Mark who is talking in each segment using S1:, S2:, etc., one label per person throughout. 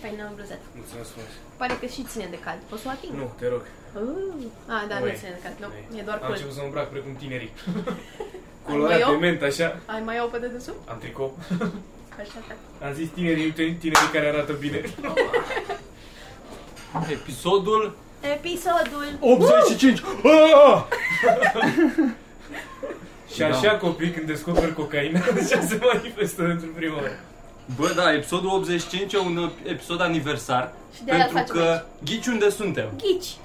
S1: Faină îmbrăzat.
S2: Mulțumesc frumos.
S1: Păi Pare că și ține de cald. Poți să o ating?
S2: Nu, te rog.
S1: Uh, a, da, nu
S2: Oi.
S1: ține de cald. Nu,
S2: Ei,
S1: e doar
S2: Am
S1: cold.
S2: început să mă îmbrac precum tinerii.
S1: Ai
S2: Colorat
S1: mai
S2: de
S1: eu?
S2: ment, așa.
S1: Ai mai o pe de desubt?
S2: Am tricou.
S1: Așa, da.
S2: Am zis tinerii, tinerii care arată bine.
S3: Episodul
S1: Episodul
S3: 85!
S2: Și
S3: Da.
S2: așa copii când descoperi cocaina, așa se manifestă într-un prima oară.
S3: Bă, da, episodul 85 e un episod aniversar.
S1: Și de-aia îl
S3: Pentru
S1: facem
S3: că
S1: aici.
S3: ghici unde suntem.
S1: Ghici.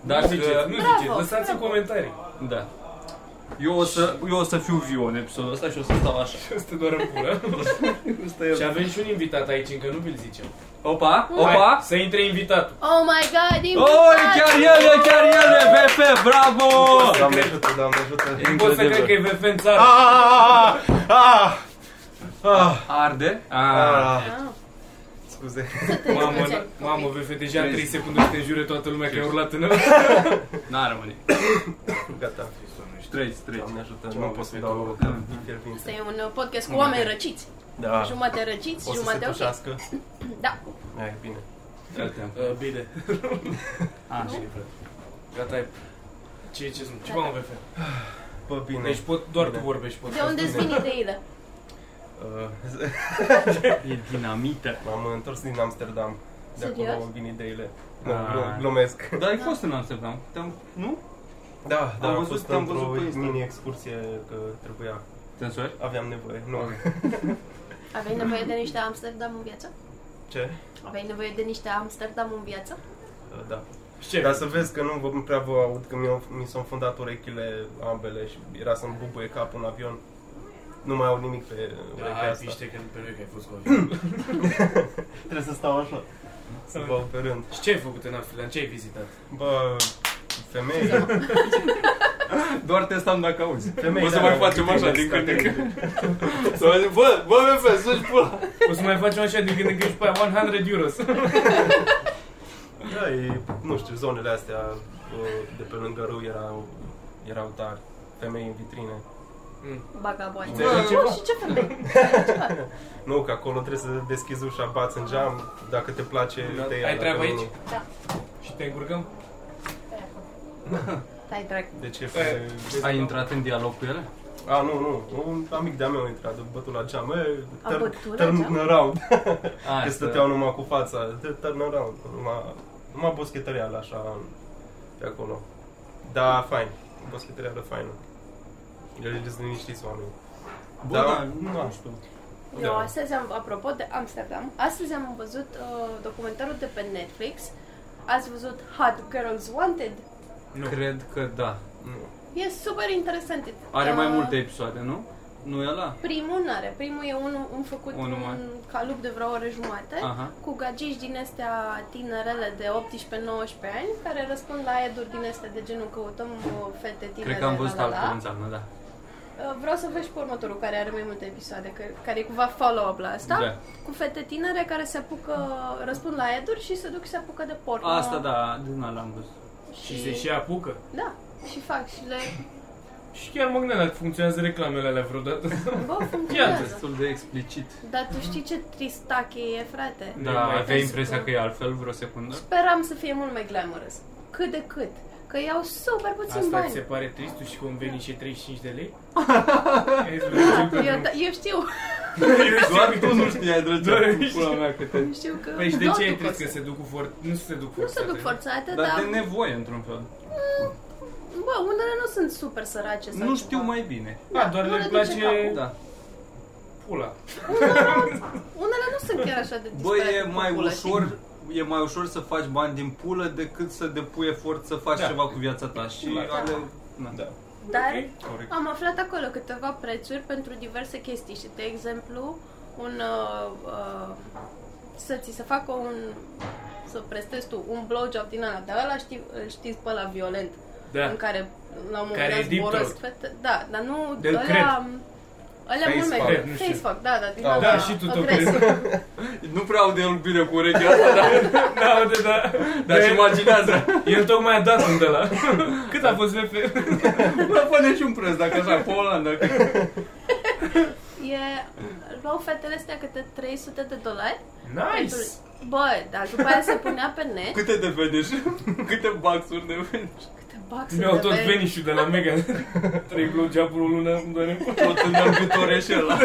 S2: Nu
S3: Dacă,
S2: Da, ziceți, nu
S1: Bravo,
S2: ziceți, lăsați în
S1: bravo.
S2: comentarii.
S3: Da. Eu o, să, eu o să fiu viu în episodul ăsta și o să stau așa.
S2: Asta doar în pulă.
S3: Ăsta e-
S2: Și avem și un invitat aici, încă nu vi-l zicem.
S3: Opa,
S2: Hai,
S3: opa!
S2: să intre invitatul.
S1: Oh my god,
S3: Oh, e
S1: invitat!
S3: chiar el, e chiar el, e VF, bravo!
S4: Doamne ajută, doamne ajută.
S3: E
S2: Nu pot să cred că
S3: incredibil.
S2: e VF în țară.
S4: Ah, ah, ah,
S3: Arde? Ah.
S4: ah,
S1: Ah,
S4: scuze.
S2: Mamă,
S1: Mulți ani,
S2: mamă, VF, deja în 3
S3: Trei.
S2: deci secunde te jure toată lumea că ai urlat în ăla.
S3: N-a rămâne.
S4: Gata.
S3: Treci, treci.
S4: Doamne ajută,
S2: Ceva
S4: nu pot să
S2: vă
S4: dau
S2: fie
S4: o
S1: Asta
S4: intervință.
S1: e un uh, podcast cu oameni răciți.
S4: Da.
S1: Jumate răciți,
S4: O să se
S1: jumate ok.
S4: tușească.
S1: Da.
S4: Hai, bine.
S2: Uh, Bine.
S3: Așa.
S2: Gata, e. Ce, ce sunt? Ce mă VF?
S4: Bă, bine.
S2: Deci pot, doar tu
S4: Bine.
S2: vorbești. Pot.
S1: De unde îți vin ideile?
S4: Uh,
S3: E dinamită.
S4: M-am întors din Amsterdam. De acolo
S1: Serios?
S4: vin ideile.
S3: Ah.
S4: Nu, glu- glumesc.
S3: Dar ai fost în Amsterdam. Te-am... Nu?
S4: Da, dar am
S3: văzut-
S4: fost
S3: te-am
S4: într-o
S3: văzut pe Insta.
S4: mini-excursie că trebuia.
S3: Te însori?
S4: Aveam nevoie. Nu.
S1: Aveai nevoie de niște Amsterdam în viață?
S4: Ce?
S1: Aveai nevoie de niște Amsterdam în viață?
S4: Uh, Da.
S2: Și ce?
S4: Dar să vezi că nu vă prea vă aud, că mi-au- mi s-au fundat urechile ambele și era să-mi bubuie capul în avion. Nu mai au nimic pe
S2: Da,
S4: urechea
S2: hai,
S4: asta.
S2: piște că pe că ai fost cu
S4: Trebuie să stau așa. Să vă aud pe rând.
S2: Și ce ai făcut în Finland? Ce ai vizitat?
S4: Bă, femei,
S3: Doar testam dacă auzi.
S4: Femei,
S3: o să
S4: da,
S3: mai
S4: da,
S3: facem
S4: da,
S3: așa
S4: da,
S3: din
S4: da,
S3: când în
S4: da,
S3: când. Să mai zic, bă, bă, bă, să-și pula.
S2: O să mai facem așa de când în când și pe aia 100 euros.
S4: da, e, nu știu, zonele astea bă, de pe lângă râu erau, erau tari. Femei în vitrine.
S1: Bagaboane.
S2: Ți-ai luat ceva?
S1: și ce femeie?
S4: Nu, că acolo trebuie să deschizi ușa, bați în geam, dacă te place,
S2: Da.
S4: te ia.
S2: Ai
S4: dacă
S2: treabă
S4: nu,
S2: aici?
S4: nu.
S1: Da.
S2: Și te încurcăm?
S1: Stai, drag.
S4: Deci e
S2: Ai-
S4: fe...
S3: Ai intrat în dialog cu el?
S4: A, nu, nu, un amic de-a meu a intrat, a bătut la geam. E,
S1: A
S4: turn-
S1: bătut la
S4: turn
S1: geam?
S4: around.
S3: Asta.
S4: Că stăteau numai cu fața, de turn around, numai, numai boschetăreală așa pe acolo. Da, fain, boschetăreală faină. El e liniștiți oamenii.
S3: Bă,
S4: Da,
S3: da,
S4: da.
S3: nu știu.
S1: Eu
S4: Da.
S1: astăzi am, apropo de Amsterdam, astăzi am văzut uh, documentarul de pe Netflix. Ați văzut Hot Girls Wanted?
S2: Nu.
S3: Cred că da.
S4: Nu.
S1: E super interesant.
S3: Are mai
S1: Uh,
S3: multe episoade, nu? Nu e ăla?
S1: Primul nu are. Primul e unul un făcut
S3: Unul
S1: un,
S3: mai.
S1: ca lup de vreo oră jumate
S3: Aha.
S1: cu gagici din astea tinerele de 18-19 ani care răspund la eduri din astea de genul căutăm uh, fete tinere.
S3: Cred că am văzut
S1: la, la, la.
S3: altul înseamnă, da.
S1: Uh, Vreau să vezi și pe următorul care are mai multe episoade, că, care e cumva follow-up la asta.
S3: Da.
S1: Cu fete tinere care se apucă, răspund la eduri și se duc și se apucă de porno.
S3: Asta da, din ăla am văzut.
S2: Și se și apucă.
S1: Da, și fac și le...
S2: Și chiar mă gândeam dacă funcționează reclamele alea vreodată.
S1: Bă,
S2: Ia,
S1: funcționează.
S3: Destul de explicit.
S1: Dar tu știi ce tristache e, frate?
S2: Nu e
S3: Da,
S2: mai
S3: aveai
S2: des.
S3: impresia că e altfel vreo secundă?
S1: Speram să fie mult mai glamorous. Cât de cât. Că iau super puțin
S2: Asta ți
S1: bani.
S2: se pare trist? Tu și cum veni și 35 de lei?
S1: Eu, da, eu știu,
S3: Doar tu nu știai,
S2: Doar Da, eu
S3: drăgea, pula
S2: știu.
S3: mea, câte...
S1: știu că...
S2: Păi și de
S1: tot
S2: ce e
S1: duc
S2: trist
S1: asta.
S2: că se duc cu for... Nu se duc
S1: Nu se
S2: forțate.
S1: duc forțate, dar... mm,
S3: Dar de nevoie, într-un fel.
S1: Bă, unele nu sunt super sărace sau
S3: Nu
S1: ceva.
S3: știu mai bine.
S2: Da, doar
S1: nu
S2: le
S1: le duce
S2: place
S1: capul.
S3: Da.
S2: pula.
S1: Unele nu sunt chiar așa de
S3: Bă,
S1: disperate
S3: e
S1: cu
S3: mai
S1: pula, știi?
S3: ușor e mai ușor să faci bani din pulă decât să depui efort să faci
S2: Da.
S3: ceva cu viața ta și
S4: Da.
S3: ale... Na.
S4: Da,
S1: Dar
S2: Ok.
S4: corect.
S1: am aflat acolo câteva prețuri pentru diverse chestii și, de exemplu, un... Uh, uh, să ți se facă un... Să prestezi tu un blowjob din ăla, dar ăla știi, îl știți pe ăla violent,
S2: Da.
S1: în care la un moment
S2: Care e
S1: dat
S2: deep
S1: zborăsc
S2: throat.
S1: fete, da, dar nu
S2: Del
S1: ăla,
S2: cred.
S1: Alea mult mai
S4: Facefuck.
S1: greu.
S2: Nu știu.
S1: Facefuck, da, da, din
S4: Da,
S2: da, și tu te
S1: agresiv.
S3: Nu prea au de bine cu urechea asta, dar,
S2: Da, uite, da.
S3: dar își imaginează.
S2: El tocmai a dat un de la. Cât a fost VP?
S3: Nu pune și un preț, dacă așa, pe Olanda. că-
S1: E, luau fetele astea câte 300 de dolari.
S2: Nice!
S1: Pentru- Bă, dar după aia se punea pe net
S3: Câte de vedești? Câte baxuri de vedești?
S1: câte boxe
S2: Mi-au
S1: de
S2: tot
S1: beri.
S2: venișul de la Mega. Trei blowjob-uri o lună, îmi doare
S3: Tot în albitoreș ăla.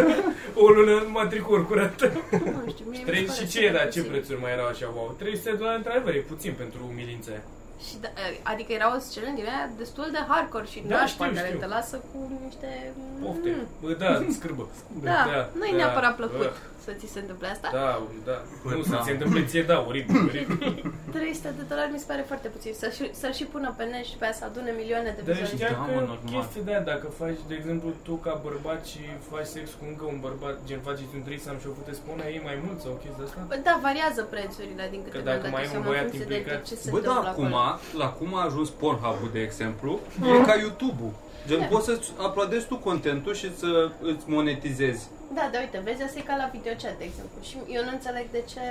S2: o lună numai tricouri curate.
S1: Nu știu, mie mi se
S2: Trei,
S1: pare
S2: și ce
S1: super
S2: era? Ce
S1: puțin.
S2: prețuri mai erau așa? Wow, 300 de dolari într-adevăr, e puțin pentru umilințe.
S1: Și da, adică erau scene din aia destul de hardcore și
S2: Da,
S1: da,
S2: știu,
S1: nașpa care
S2: știu.
S1: te lasă cu niște...
S2: Pofte.
S1: Mm.
S2: Bă, da, scârbă.
S1: Da, nu e
S2: da,
S1: neapărat plăcut
S2: bă,
S1: să ți se întâmple asta.
S2: Da, da.
S3: Bă,
S2: Nu,
S3: da.
S2: să ți se întâmple ție, da, oribil, oribil.
S1: 300 de dolari mi se pare foarte puțin. Să-l și, să și pună pe net și pe aia să adune milioane de
S2: Dar
S1: vizualizări.
S2: știa
S3: Da, mă,
S2: că
S3: normal.
S2: chestia de aia, dacă faci, de exemplu, tu ca bărbat și faci sex cu încă un bărbat, gen faceți un threesome și o puteți spune, e mai mult sau chestia asta?
S1: Bă, Da, variază prețurile din câte
S2: Că
S1: dau,
S2: dacă mai
S1: îți
S2: e
S1: iau
S2: un
S1: în
S2: băiat
S1: funcție de
S2: implicat-
S1: ce se
S3: Bă, da,
S1: întâmplă
S3: acum,
S1: acolo.
S3: la cum a ajuns Pornhub-ul, de exemplu, e ca YouTube-ul.
S1: Da.
S3: Gen, poți să-ți uploadezi tu contentul și să îți monetizezi.
S1: Da, da, uite, vezi, asta e ca la videochat, de exemplu. Și eu nu înțeleg de ce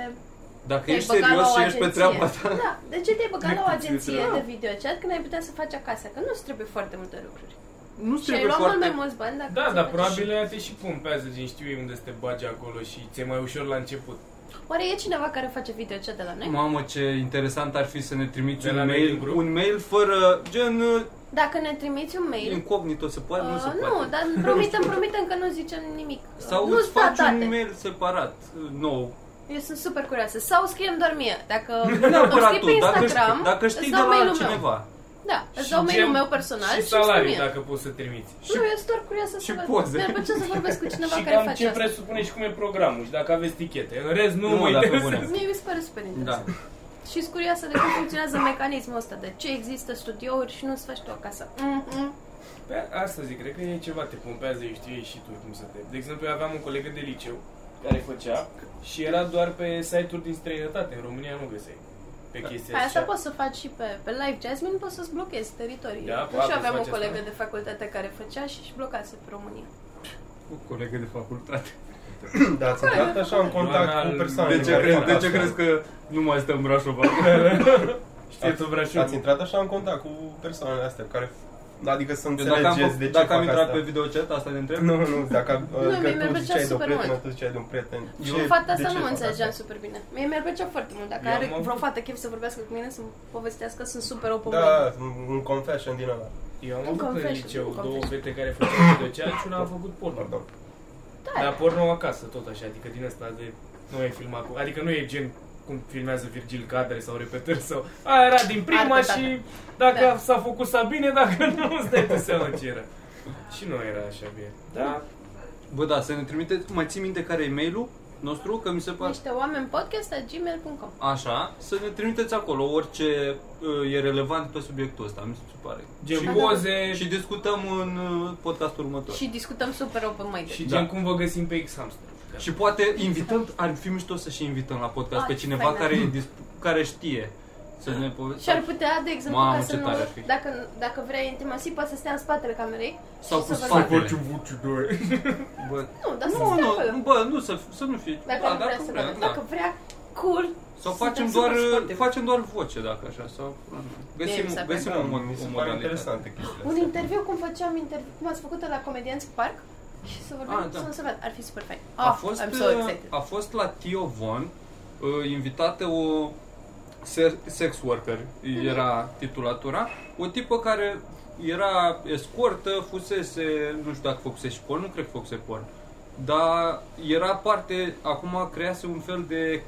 S3: Dacă
S1: te-ai
S3: ești
S1: băgat la
S3: serios
S1: o
S3: și ești pe
S1: agenție.
S3: treaba ta,
S1: Da, de ce te-ai băgat la o
S3: Cât ți se
S1: agenție
S3: trebuie?
S1: de videochat când ai putea să faci acasă? Că nu-ți trebuie foarte multe lucruri.
S3: nu
S1: Și ai
S3: trebuie
S1: luat mult mai
S3: foarte...
S1: mulți bani dacă
S2: Da,
S1: ți-ai
S2: dar
S1: face
S2: probabil
S1: și-
S2: aia te și pompează, gen știu eu unde să te bagi acolo și ți-e mai ușor la început.
S1: Oare e cineva care face videochat de la noi?
S3: Mamă, ce interesant ar fi să ne trimiți
S2: De
S3: un
S2: la noi din
S3: mail,
S2: grup?
S3: un mail fără, gen, uh,
S1: Dacă ne trimiți un mail...
S3: incognito, se poate, nu se
S1: uh,
S3: poate.
S1: nu, dar promitem, promitem că nu zicem nimic.
S3: Sau
S1: nu
S3: îți
S1: sta
S3: faci un
S1: da date.
S3: mail separat, uh, nou.
S1: Eu sunt super curioasă. Sau scriem doar mie. Dacă
S3: Nu
S1: îmi
S3: neapărat
S1: scrii
S3: tu,
S1: pe
S3: dacă,
S1: Instagram,
S3: știi- dacă știi
S1: îți
S3: de
S1: dau
S3: la
S1: mail-ul
S3: cineva.
S1: meu. Da, îți
S2: Și
S1: dau mail-ul
S2: gen-
S1: meu personal
S2: și
S1: și, îmi scrii
S2: salariul,
S1: mie. Mm.
S2: dacă poți să trimiți.
S1: Nu, eu sunt doar curioasă
S3: și
S1: să văd.
S3: poze.
S1: Mi-ar plăcea să vorbesc cu cineva
S2: și
S1: care
S2: cam
S1: face
S2: ce
S1: asta.
S2: presupune și cum e programul și dacă aveți tichete. În rest, nu,
S3: Nu,
S2: mă
S3: dacă
S2: interesează.
S3: bune.
S1: Mie mi se pare super
S3: Da.
S1: interesant. Și sunt curioasă de cum funcționează mecanismul ăsta, de ce există studiouri și nu-ți faci tu acasă. Mm-hmm. Mm-mm.
S2: Pe asta zic, cred că e ceva, te pompează, eu știu ei și tu cum să te... De exemplu, eu aveam un colegă de liceu care făcea și era doar pe site-uri din străinătate, în România nu găseai pe chestia
S1: Păi asta
S2: așa.
S1: poți să faci și pe, pe Live Jasmine, poți să-ți blochezi teritoriul.
S2: Da,
S1: eu și
S2: poate
S1: aveam
S2: să
S1: o
S2: faci
S1: colegă
S2: asta.
S1: de facultate care făcea și își blocase pe România.
S3: Cu colegă de facultate.
S4: Da, ați intrat așa în contact
S2: Ioana,
S4: cu persoane.
S3: De ce,
S4: care
S3: crezi,
S4: fac
S3: de ce
S4: asta?
S3: crezi că nu mai stăm în Brașova?
S2: Știi tu,
S4: Ați
S2: Brașov?
S4: intrat așa în contact cu persoanele astea care... Adică să
S3: Eu dacă am,
S4: înțelegeți de
S3: fă-
S4: ce
S3: dacă am
S4: fac
S3: intrat
S4: asta.
S3: pe videochat, asta ne întreb?
S4: Nu, nu, dacă
S1: Nu,
S4: uh,
S1: mie mi-ar
S4: că tu
S1: plăcea
S4: ziceai de o
S1: super
S4: prietenă,
S1: mult.
S4: tu ziceai de un prieten.
S1: Eu, fata
S4: de
S1: asta
S4: ce
S1: nu mă
S4: fac
S1: înțelegeam
S4: asta?
S1: super bine. Mie mi-ar plăcea foarte mult. Dacă
S2: Eu
S1: are
S2: am-
S1: vreo fată chef să vorbească cu mine, să-mi povestească, sunt super open minded.
S4: Da, un confession din ăla.
S2: Eu am
S1: Nu
S2: avut în
S1: confești,
S2: liceu
S1: nu
S2: două
S1: confești.
S2: fete care făceau videochat și una a făcut porno.
S4: Pardon.
S1: Da.
S2: Dar porno acasă, tot așa, adică din asta de... Nu e filmat cu... Adică nu e gen cum filmează Virgil cadre sau repetări sau... A, era din prima
S1: Artă,
S2: și dacă
S1: Da.
S2: s-a făcut Sabine, dacă nu, îți dai tu seama ce era. Și nu era așa bine. Da,
S3: Bă, da, să ne trimiteți, mai ții minte care e mail-ul nostru, că mi se pare...
S1: Niște oameni podcast at gmail.com
S3: Așa, să ne trimiteți acolo orice uh, e relevant pe subiectul ăsta, mi se pare.
S2: gen
S3: și,
S1: da.
S2: poze
S3: și
S2: și,
S3: discutăm în uh, podcastul următor. Și,
S1: Și discutăm super open minded.
S2: și
S3: Da.
S2: gen cum vă găsim pe X-Hamster.
S3: și poate invităm, ar fi mișto să și invităm la podcast
S1: Ah,
S3: pe cineva
S1: faină.
S3: care, e disp- care știe să ne
S1: Și ar
S3: povestească.
S1: putea, de exemplu,
S3: Mamă,
S1: ca să
S3: ce
S1: nu,
S3: tare ar fi.
S1: dacă, dacă vrea intimații, poate să stea în spatele camerei
S3: Sau
S1: și
S3: cu
S1: să vorbească.
S3: sfatele. Bă,
S1: Nu, dar să
S3: nu,
S1: stea acolo.
S3: nu, bă, nu, să, să nu fie.
S1: Dacă
S3: da,
S1: nu vrea
S3: dacă
S1: să
S3: vrea,
S1: vorbească.
S3: da.
S1: Dacă vrea, cool.
S3: Sau
S1: Suntem
S3: facem
S1: super
S3: doar, uh,
S1: sportivi.
S3: facem doar voce, dacă așa, sau... Găsim,
S1: mi se pare-
S3: găsim
S4: Da,
S3: o, mod,
S4: mi se
S3: o
S4: pare
S3: modalitate.
S4: interesante chestiile
S1: Un
S4: astea.
S1: interviu, cum făceam interviu, cum ați făcut la Comedianți cu Parc și să vorbim,
S3: Ah, da.
S1: să nu se vadă. Ar fi super fain.
S3: A
S1: Ah,
S3: fost, uh,
S1: I'm so excited.
S3: a fost la Tio Von uh, invitată o se- sex worker, era titulatura, o tipă care era escortă, fusese, nu știu dacă făcuse și porn, nu cred că făcuse porn, dar era parte, acum crease un fel de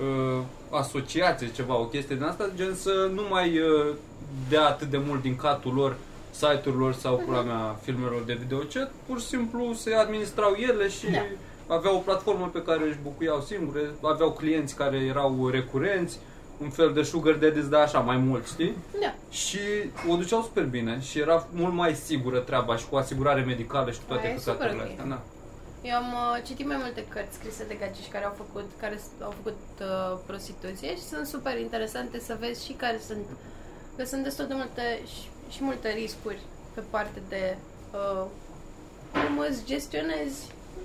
S3: uh, asociație, ceva, o chestie din asta, gen să nu mai uh, dea atât de mult din catul lor site-urilor sau pula mea filmelor de videochat, pur și simplu se administrau ele și aveau o platformă pe care își bucuiau singure, aveau clienți care erau recurenți, un fel de sugar daddies, dar așa mai mult, știi?
S1: Da.
S3: Și o duceau super bine și era mult mai sigură treaba și cu asigurare medicală și cu toate
S1: Aia e
S3: căcaturile
S1: super ok.
S3: astea. Da.
S1: Eu am uh, citit mai multe cărți scrise de gagici care au făcut, care s- au făcut uh, prostituție și sunt super interesante să vezi și care sunt, că sunt destul de multe și, și multe riscuri pe parte de uh, cum îți gestionezi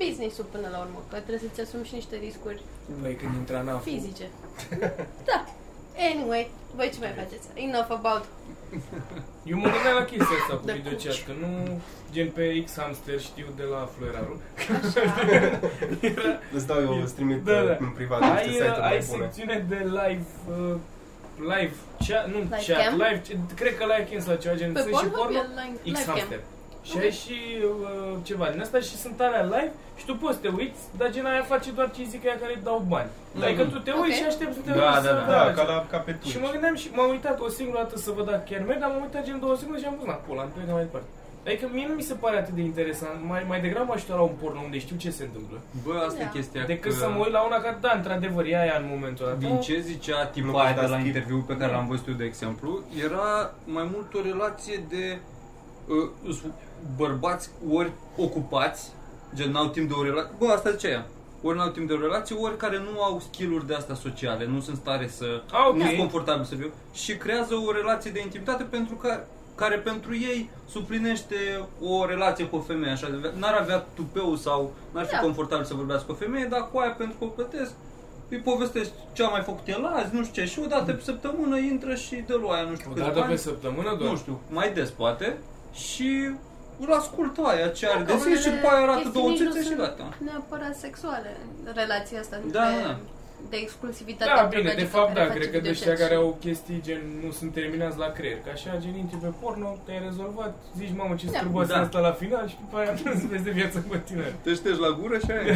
S1: business-ul până la urmă, că trebuie să-ți asumi și niște riscuri
S2: Băi, Păi, când intra în afu,
S1: fizice. da. Anyway, voi ce mai faceți? Enough about
S2: Eu mă gândeam la chestia asta cu
S1: Da,
S2: videochat, că nu gen pe X-Hamster știu de la Floerarul. Era,
S4: Îți dau eu, îți trimit uh,
S2: Da, da.
S4: în privat niște
S2: ai,
S4: site-uri mai
S2: ai
S4: bune.
S2: secțiune de live, uh, live chat, nu
S1: Live
S2: chat,
S1: cam?
S2: live, ce- cred că live cam sau ceva gen,
S1: pe
S2: sunt și
S1: Pornhub,
S2: porno,
S1: e online, live cam.
S2: X-Hamster. Și ai și uh, ceva din asta și sunt alea live și tu poți să te uiți, dar gen aia face doar ce zic aia care îi dau bani.
S3: Da.
S2: Adică tu te
S1: Ok.
S2: uiți și aștepți să te
S3: Da,
S2: uiți
S3: da,
S2: să
S3: da.
S4: Da,
S2: vezi.
S4: ca, la, ca pe Twitch.
S2: Și mă gândeam și m-am uitat o singură dată să văd dacă chiar merg, dar m-am uitat gen două secunde și am văzut, na, pula, am plecat mai departe. Adică mie nu mi se pare atât de interesant, mai, mai degrabă aș uita la un porno unde știu ce se întâmplă,
S3: Bă, asta e
S1: Da.
S3: chestia
S2: decât
S3: că...
S2: să mă uit la una care, da, într-adevăr, e aia în momentul ăla.
S3: Din ce zicea
S4: Nu
S3: tipa
S4: poți
S3: aia
S4: da
S3: de la
S4: skip.
S3: interviu pe care l-am văzut eu, de exemplu, era mai mult o relație de uh, s- bărbați ori ocupați, gen n-au timp de o relație, bă, asta zicea ea, ori n-au timp de o relație, ori care nu au skill-uri de asta sociale, nu sunt stare să...
S2: Ah, ok.
S3: nu sunt confortabil să viu și creează o relație de intimitate pentru care, care pentru ei suplinește o relație cu o femeie, așa, n-ar avea tupeu sau n-ar fi
S1: Da.
S3: confortabil să vorbească cu o femeie, dar cu aia pentru că o plătesc, îi povestesc ce a mai făcut el azi, nu știu ce, și o dată pe
S1: Mm.
S3: săptămână intră și dă lui aia, nu știu
S2: O
S3: câți
S2: dată pe
S3: bani,
S2: săptămână doar?
S3: nu știu, mai des poate, și îl ascultă aia ce are
S1: Da,
S3: de
S1: că
S3: zis și
S1: unele
S3: după aia arată
S1: chestii
S3: două
S1: nici nu
S3: țețe și
S1: sunt
S3: gata.
S1: Neapărat sexuale, relația asta între
S3: Da, da.
S1: de exclusivitate.
S2: Da,
S1: între
S2: bine, de
S1: gagică
S2: fapt,
S1: care
S2: da,
S1: face
S2: cred că de
S1: videochat
S2: ăștia care
S1: și-
S2: au chestii gen nu sunt terminați la creier, că așa gen intri pe porno, te-ai rezolvat, zici mamă ce
S1: Da.
S2: străboasă
S3: Da.
S2: asta la final și după aia nu vezi de viață în continuare.
S3: Te ștergi la gură și aia e.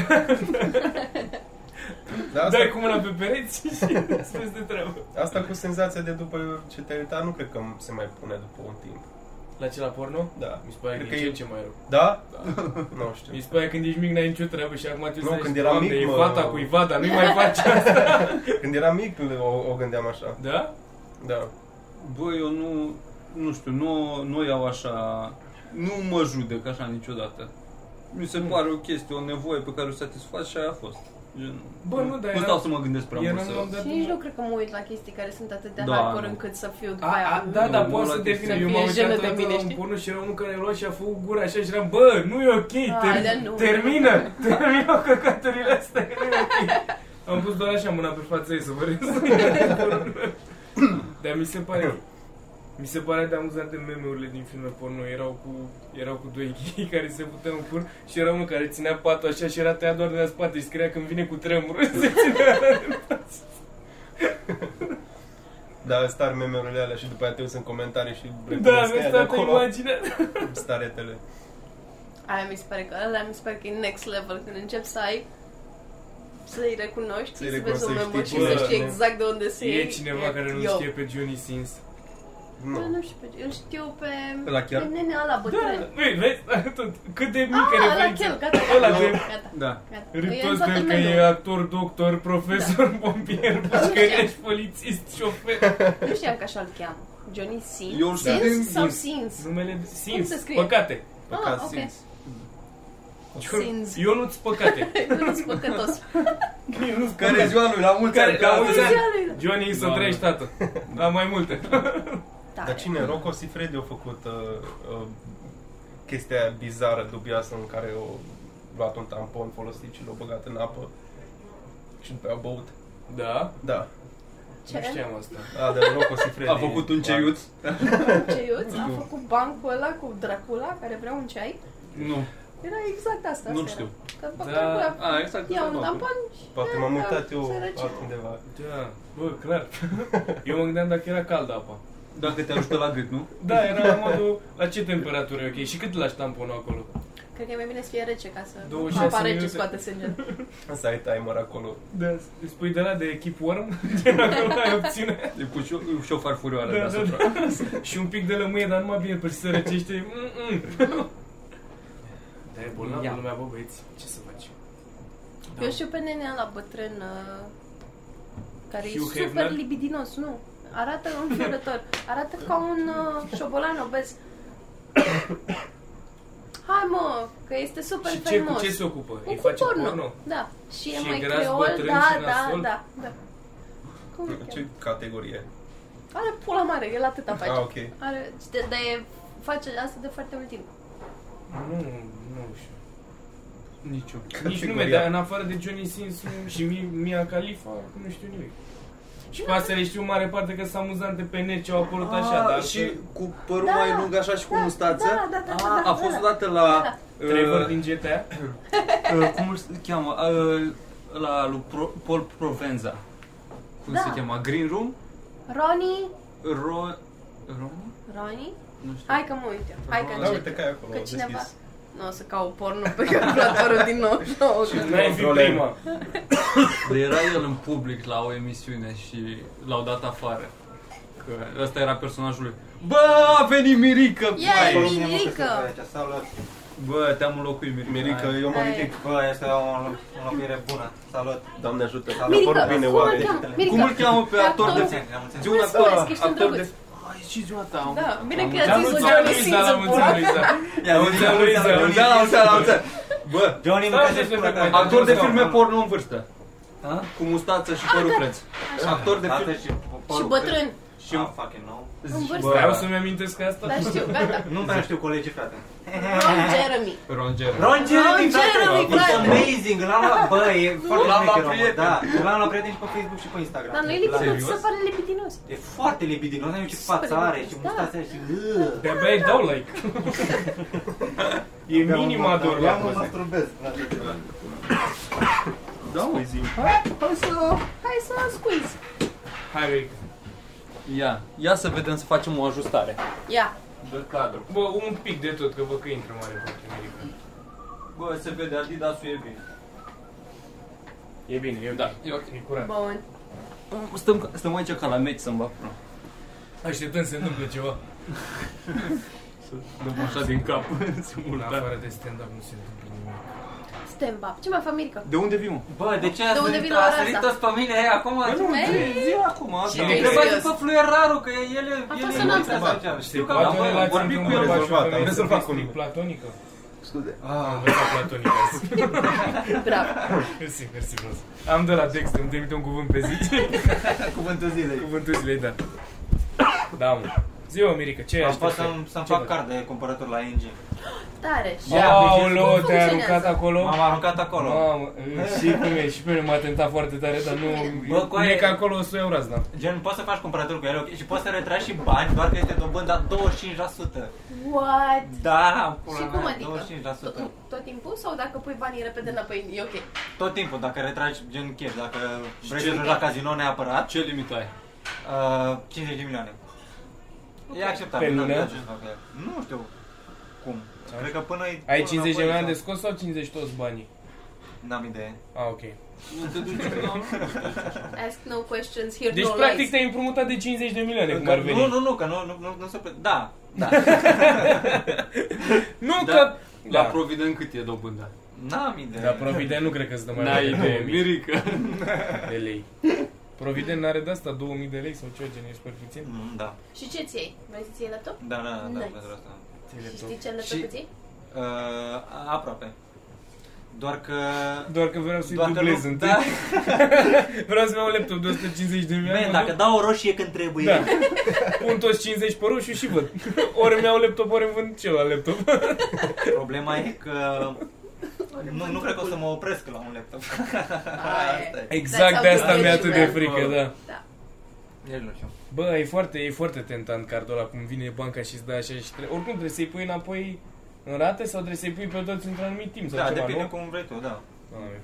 S4: Dar Da, asta,
S2: Dai cu mâna pe pereți și îți vezi de treabă.
S4: asta cu senzația de după ce te-ai uitat, nu cred că se mai pune după un timp.
S2: La ce la porno?
S4: Da.
S2: Mi se pare că
S4: Cred
S2: e
S4: că e-
S2: cel ce mai rău.
S4: Da?
S2: Da.
S4: Nu știu.
S2: Mi se pare când ești mic n-ai nicio treabă și acum tu
S4: Nu,
S2: stai
S4: când
S2: și,
S4: eram
S2: Doamne,
S4: mic,
S2: e
S4: mă-
S2: vata cu Ivada, nu-i mai faci asta.
S4: Când eram mic o, o gândeam așa.
S2: Da?
S4: Da.
S3: Bă, eu nu, nu știu, nu, nu iau așa, nu mă judec așa niciodată. Mi se pare o chestie, o nevoie pe care o satisfac și aia a fost. Gen,
S2: Bă, nu, dar
S3: Nu
S2: era-
S3: stau să mă gândesc prea
S2: era
S3: mult
S2: un
S3: să...
S2: om de-
S1: Și nici nu cred că mă uit la chestii care sunt atât de
S3: Da,
S1: hardcore
S3: nu.
S1: încât să fiu după
S2: A,
S1: aia. hmm.
S2: a, da,
S3: Nu,
S2: da,
S3: nu
S2: poate
S3: la
S2: să
S3: chestii.
S2: devină.
S1: Să
S2: Eu
S1: fie
S2: m-am
S1: jenă
S2: uitat
S1: de
S2: odată
S1: mine,
S2: la un
S1: știi?
S2: porno și era unul care lua și a făcut gura așa și eram, bă, nu e ok,
S1: Alea
S2: termin-
S1: nu.
S2: termină, termină căcaturile astea, că nu e ok. Am pus doar așa mâna pe fața ei să vă râs. Dar mi se pare mi se pare de amuzante meme-urile din filme porno. Erau cu, erau cu doi ghii care se puteau în cur și era unul care ținea patul așa și era tăiat doar de la spate și scria când vine cu tremurul. Se ținea.
S4: Da, star meme-urile alea și după aia te uiți în comentarii și
S2: Da,
S4: recunosc
S2: vezi
S4: aia Păi de
S2: toată
S4: acolo,
S2: imaginea.
S4: staretele.
S1: Aia mi se pare că ăla mi se pare că e next level când începi să ai să-i recunoști,
S4: Să-i
S1: să vezi
S4: recunoști,
S1: un
S4: să-i
S1: memor
S4: știi
S1: și să
S2: cine
S1: știi
S4: e.
S1: exact de unde să
S2: E
S1: iei.
S2: cineva care nu
S1: eu.
S2: știe pe Johnny Sins.
S1: Da,
S4: Nu.
S1: nu știu pe Îl știu pe...
S3: Pe la chiar?
S1: Pe nenea ăla
S2: Da,
S1: bătrân.
S2: băi, vezi, tot, cât de mică
S1: Ah, ăla
S2: referință.
S1: chiar, gata,
S2: Ăla
S1: gata,
S2: de-
S1: gata.
S3: Da.
S1: gata. E în
S2: Râptos de
S1: toată Da.
S2: el că
S1: mendul.
S2: e actor, doctor, profesor, pompier, pușcăriaș, polițist, șofer.
S1: Nu știam că așa îl cheamă. Johnny Sins?
S3: Eu îl știu din-
S1: Sins sau
S3: din-
S1: Sins?
S2: Numele de Sins,
S1: se scrie?
S2: păcate.
S1: Ah, ok.
S2: Eu-
S1: Sins.
S2: Ionuț păcate.
S1: Nu-ți păcătos.
S2: Ionuț
S3: Care e
S2: păcate.
S3: ziua lui? La mulți
S2: Care-
S3: ani!
S2: la
S3: că
S2: mulți
S3: astăzi-
S2: ani.
S1: Ziua lui.
S2: Johnny să
S3: Da,
S2: trăiești
S3: da.
S2: tată. Da, mai multe.
S1: Tare.
S4: Dar cine? Rocco Sifredi a făcut uh, uh, chestia aia bizară, dubioasă, în care o luat un tampon folosit și l-a băgat în apă și după aia a băut.
S2: Da,
S4: Da.
S2: nu
S1: Ce?
S2: știam asta.
S4: A, de Rocco Sifredi.
S3: A făcut
S2: Da.
S3: un ceiuț?
S1: Ce iuț? A făcut bancul ăla cu Dracula care vrea un ceai?
S3: Nu.
S1: Era exact asta.
S3: Nu
S1: asta
S3: știu.
S1: Era. Că
S2: Da.
S1: Dracula
S3: A, exact.
S1: ia un
S3: da.
S1: tampon și...
S4: Poate m-am
S1: da,
S4: uitat eu
S1: sărăcie.
S4: altundeva.
S2: Da, bă, clar. Eu mă gândeam dacă era cald apa.
S3: Dacă te ajută la gât, nu?
S2: Da, era la modul la ce temperatură e ok și cât lași tamponul acolo?
S1: Cred că e mai bine să fie rece ca să
S2: 26
S1: apa rece
S2: minute.
S1: scoate sângele.
S4: Să ai timer acolo.
S2: Da, îi spui de la de keep warm, de acolo ai obține.
S3: Îi pui și o- și o farfurioară
S2: Da,
S3: deasupra.
S2: Și un pic de lămâie, dar numai bine, pe se răcește. Da, e bolnavă
S3: Ia.
S2: lumea, bă, băieți. Ce să faci? Da.
S1: Eu știu pe nenea la bătrân uh, care e
S2: Hugh
S1: super
S2: Hefner?
S1: libidinos, nu? Arată un fiorător. Arată ca un uh, șobolan obez. Hai mă, că este super
S2: Și ce,
S1: faimos.
S2: cu ce se ocupă?
S1: Cu
S2: Îi face
S1: porno.
S2: porno?
S1: Da. Și e
S2: Și e
S1: mai
S2: gras,
S1: creol,
S2: bătrân
S1: da,
S2: și
S1: da,
S2: nasol?
S1: da, da. Cum îl
S4: Ce
S1: cheamă?
S4: categorie?
S1: Are pula mare, el atâta face.
S4: Ah, ok.
S1: Are, de, de, face asta de foarte mult timp.
S2: Nu, nu știu.
S3: Niciun.
S2: Nici nume, dar în afară de Johnny Sins și Mi- Mia Khalifa, nu știu nimic. Și pe astea le știu în mare parte că sunt amuzante pe net ce au apărut așa,
S3: Ah,
S2: dar
S3: și cu părul
S1: Da,
S3: mai lung așa și cu
S1: da,
S3: mustață?
S1: da, da, da, da,
S3: Ah,
S1: da,
S3: a
S1: da,
S3: fost
S1: da.
S3: odată la... uh,
S2: Trevor din GTA.
S3: uh, cum îl cheamă? Uh, la lui Pro, Paul Provenza. Cum
S1: Da.
S3: se cheamă? Green Room?
S1: Ronnie,
S3: Ro... Room?
S1: Ronnie?
S3: Nu știu.
S1: Hai că mă uit eu. Hai că
S3: Da,
S4: Da,
S1: încep.
S4: uite că ai acolo,
S1: Că cineva...
S4: deschis.
S1: Nu o să caut porno pe calculatorul din nou. Nu, că-
S2: N-ai fi
S4: Probleme.
S2: prima.
S3: De era el în public la o emisiune și l-au dat afară. Că ăsta era personajul lui. Bă, a venit Mirica!
S1: Yay!
S3: mai!
S1: Mirica!
S3: Bă, te-am înlocuit, Mirica.
S5: Mirica,
S3: Hai.
S5: eu mă
S1: Hai.
S5: ridic. Bă, este o înlocuire bună. Salut.
S4: Doamne ajută.
S1: Mirica, da.
S4: Vorbim bine,
S1: cum îl
S4: oameni.
S1: cheamă? Mirica.
S3: Cum îl cheamă pe actor
S5: Am
S1: Actor.
S3: de...
S5: înțeles, am înțeles.
S3: Zi un
S1: Mulțumesc,
S3: actor,
S1: ești un
S3: actor
S1: drăguț.
S3: de... Ai, și ziua ta.
S1: Da, bine că
S3: Am
S1: ați
S2: Am
S1: zis
S2: mulți
S1: un
S2: ani,
S1: Johnny
S2: Luisa, la
S1: Sins
S2: mulți ani, Luisa.
S5: Ia,
S2: Am
S5: uite,
S2: înțeles,
S5: uite,
S2: am
S5: uite,
S2: înțeles.
S5: uite.
S3: Da, la uita, la uita. Bă,
S5: Johnny,
S2: Stai,
S5: mă
S2: să-ți
S5: găsești
S2: spun
S5: până
S2: acum.
S5: acum.
S3: actor de filme
S5: Acum.
S3: porno în vârstă.
S5: Ha?
S3: Cu mustață și părul preț. Actor de
S5: Tată
S3: filme...
S5: și
S1: Și
S5: părul
S1: bătrân.
S5: preț. Și un fucking nou.
S1: În vârstă.
S2: Vreau să-mi amintesc asta.
S1: Dar da, știu, gata.
S5: Nu prea știu colegii, frate.
S1: Ron Jeremy.
S3: Ron Jeremy.
S5: Ron Jeremy,
S1: Ron Jeremy,
S5: frate! It's
S1: frate!
S5: amazing! L-am luat, bă, e foarte
S3: L-am luat
S5: șmecher omul,
S3: prieten.
S5: da. L-am luat prieten și pe Facebook și pe Instagram.
S1: Dar nu e
S5: La-
S1: lipidos,
S3: Serios?
S1: se pare lipidinos.
S5: E foarte libidinos, nu știu ce
S1: Super
S5: față are și
S1: libidinos, da.
S5: mustața și... uh.
S2: De-abia îi dau like. E minim ador la poze.
S5: masturbez.
S3: Da, mă.
S1: Hai să... Hai să squeeze.
S2: Hai, Rick.
S3: Ia, ia să vedem să facem o ajustare
S1: Ia.
S3: de cadru.
S2: Bă, un pic de tot, că vă că intră mare parte Mirica.
S3: Bă, se vede, Adidas-ul e bine.
S2: E bine, e
S3: Da,
S2: da.
S3: e ok.
S2: E curat.
S1: Bun.
S3: Stăm, stăm aici ca la meci să-mi va prână.
S2: Așteptăm să se întâmple ceva.
S3: Să dăm așa din cap,
S2: În
S3: simultan.
S2: afară de stand-up nu se întâmplă nimic.
S1: Stand up. Ce mai fac Mirica?
S3: De unde vii, mă?
S5: Bă, de ce
S1: De
S5: a
S1: unde
S5: sărit,
S1: vine
S5: a
S1: ora
S5: sărit
S1: asta?
S5: toți pe mine? E, acum...
S3: nu, zi, zi acum asta.
S1: Cine
S5: Întreba
S1: serios.
S5: după fluierarul, că el e...
S1: Asta
S5: el e-
S1: să n-am
S5: el e-
S1: stat.
S5: el e-
S2: Se
S5: Știu că
S2: poate
S5: am
S2: o relație
S5: vorbit cu el.
S2: într-un
S4: rezolvat, am
S2: și o femeie
S4: rezolvat
S2: să fie
S4: cu
S2: platonică. Ah,
S5: Scuze.
S2: Am învățat platonică azi.
S1: Bravo.
S2: Mersi, mersi frumos. Am de la text, îmi trimite un cuvânt pe zi.
S5: Cuvântul zilei.
S2: Cuvântul zilei, da. Da, mă. Zi, mă, Mirica, ce
S5: Am
S2: aștepți?
S5: fost să-mi, să-mi
S2: Ce
S5: fac
S2: faci?
S5: card de cumpărături la NG.
S1: Tare.
S2: Aoleo,
S1: Cum funcționează?
S2: te-ai aruncat acolo?
S5: M-am aruncat acolo.
S2: Mamă, și pe mine, și pe mine m-a tentat foarte tare, dar nu...
S5: Bă, cu aia-
S2: e că acolo o să iau razna.
S5: Gen, poți să faci cumpărături cu el ok? și poți să retragi și bani, doar că este dobânda 25%.
S1: What?
S5: Da, pula
S1: Și
S5: mea,
S1: cum adică?
S5: 25%.
S1: Tot, tot timpul sau dacă pui banii repede înapoi, e ok.
S5: Tot timpul, dacă retragi gen chef, dacă vrei
S3: ce-
S5: să joci la casino neapărat,
S3: Ce limită ai?
S5: uh, 50 de milioane. E acceptabil.
S2: Pe
S5: nu,
S2: lună?
S5: nu știu dacă- Nu știu cum. Cred că până
S2: Ai 50 de milioane de scos sau 50 toți banii?
S5: N-am idee.
S2: Ah, ok.
S3: Nu te duci la...
S1: Ask no questions, hear
S2: Deci,
S1: no
S2: practic,
S1: lies.
S2: te-ai împrumutat de 50 de milioane, cum
S5: Că-
S2: ar
S5: nu,
S2: veni.
S5: nu, nu, că nu, nu, nu, nu se... pre- Da, da.
S2: Nu,
S3: Da.
S2: că...
S3: La
S2: Da,
S3: Provident cât e dobânda?
S5: N-am idee.
S2: dar Provident nu cred că îți dă mai
S3: N-ai
S2: mult de
S3: idee,
S2: 2000
S3: mirică.
S2: de lei. Provident n-are de asta 2000 de lei sau ceva gen, ești perfecție?
S5: Mm, Da,
S1: Și ce ți iei? Vrei să ți iei laptop?
S5: da, da, da, da,
S1: Nice.
S5: pentru asta.
S1: Și știi ce
S5: Și-
S1: laptop îți iei?
S5: Uh, aproape. Doar că...
S2: Doar că vreau să-i
S5: doar că
S2: dublez
S5: nu-
S2: întâi.
S5: da,
S2: Vreau să-mi iau laptop de 150 de milioane.
S5: Man,
S2: mă
S5: dacă
S2: duc-
S5: dau o roșie când trebuie.
S2: Da. Pun toți 50 pe roșu și văd. Ori îmi iau laptop, ori îmi vând celălalt laptop.
S5: Exact Problema e că nu, nu cred că o să mă opresc la un laptop. Asta e.
S2: Exact de asta
S1: That's how
S2: mi-e
S1: you
S2: atât de
S1: get
S2: frică,
S3: you,
S2: da.
S1: Da.
S5: Nici nu știu.
S2: Bă, e foarte, e foarte tentant cardul ăla, cum vine banca și îți dă așa și trebuie. Oricum trebuie să-i pui înapoi în rate sau trebuie să-i pui pe toți într-un anumit timp sau
S5: Da,
S2: ceva,
S5: depinde
S2: nu?
S5: cum vrei tu, da.
S2: Doamne,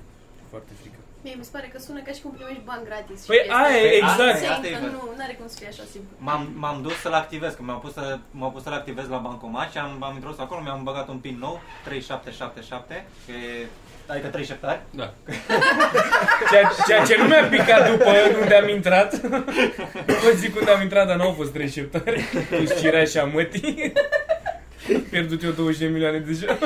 S2: foarte frică.
S1: Mie mi se pare că sună ca și cum primești bani gratis.
S2: Păi
S1: și chestia
S2: aia e,
S1: asta.
S2: exact.
S1: Asta e,
S5: Asta e
S1: că
S5: bani.
S1: nu are cum să fie așa simplu.
S5: M-am, m-am dus să-l activez, că m-am pus, să, m-am pus să-l activez la bancomat și am, am introdus acolo, mi-am băgat un pin nou, 3777, că e, adică 37 ani.
S3: Da.
S2: Ceea, ceea ce nu mi-a picat după unde am intrat. Vă zic unde am intrat, dar n-au fost trei șeptari. Cu Cirea și Amătii. Pierdut eu 20 de milioane deja.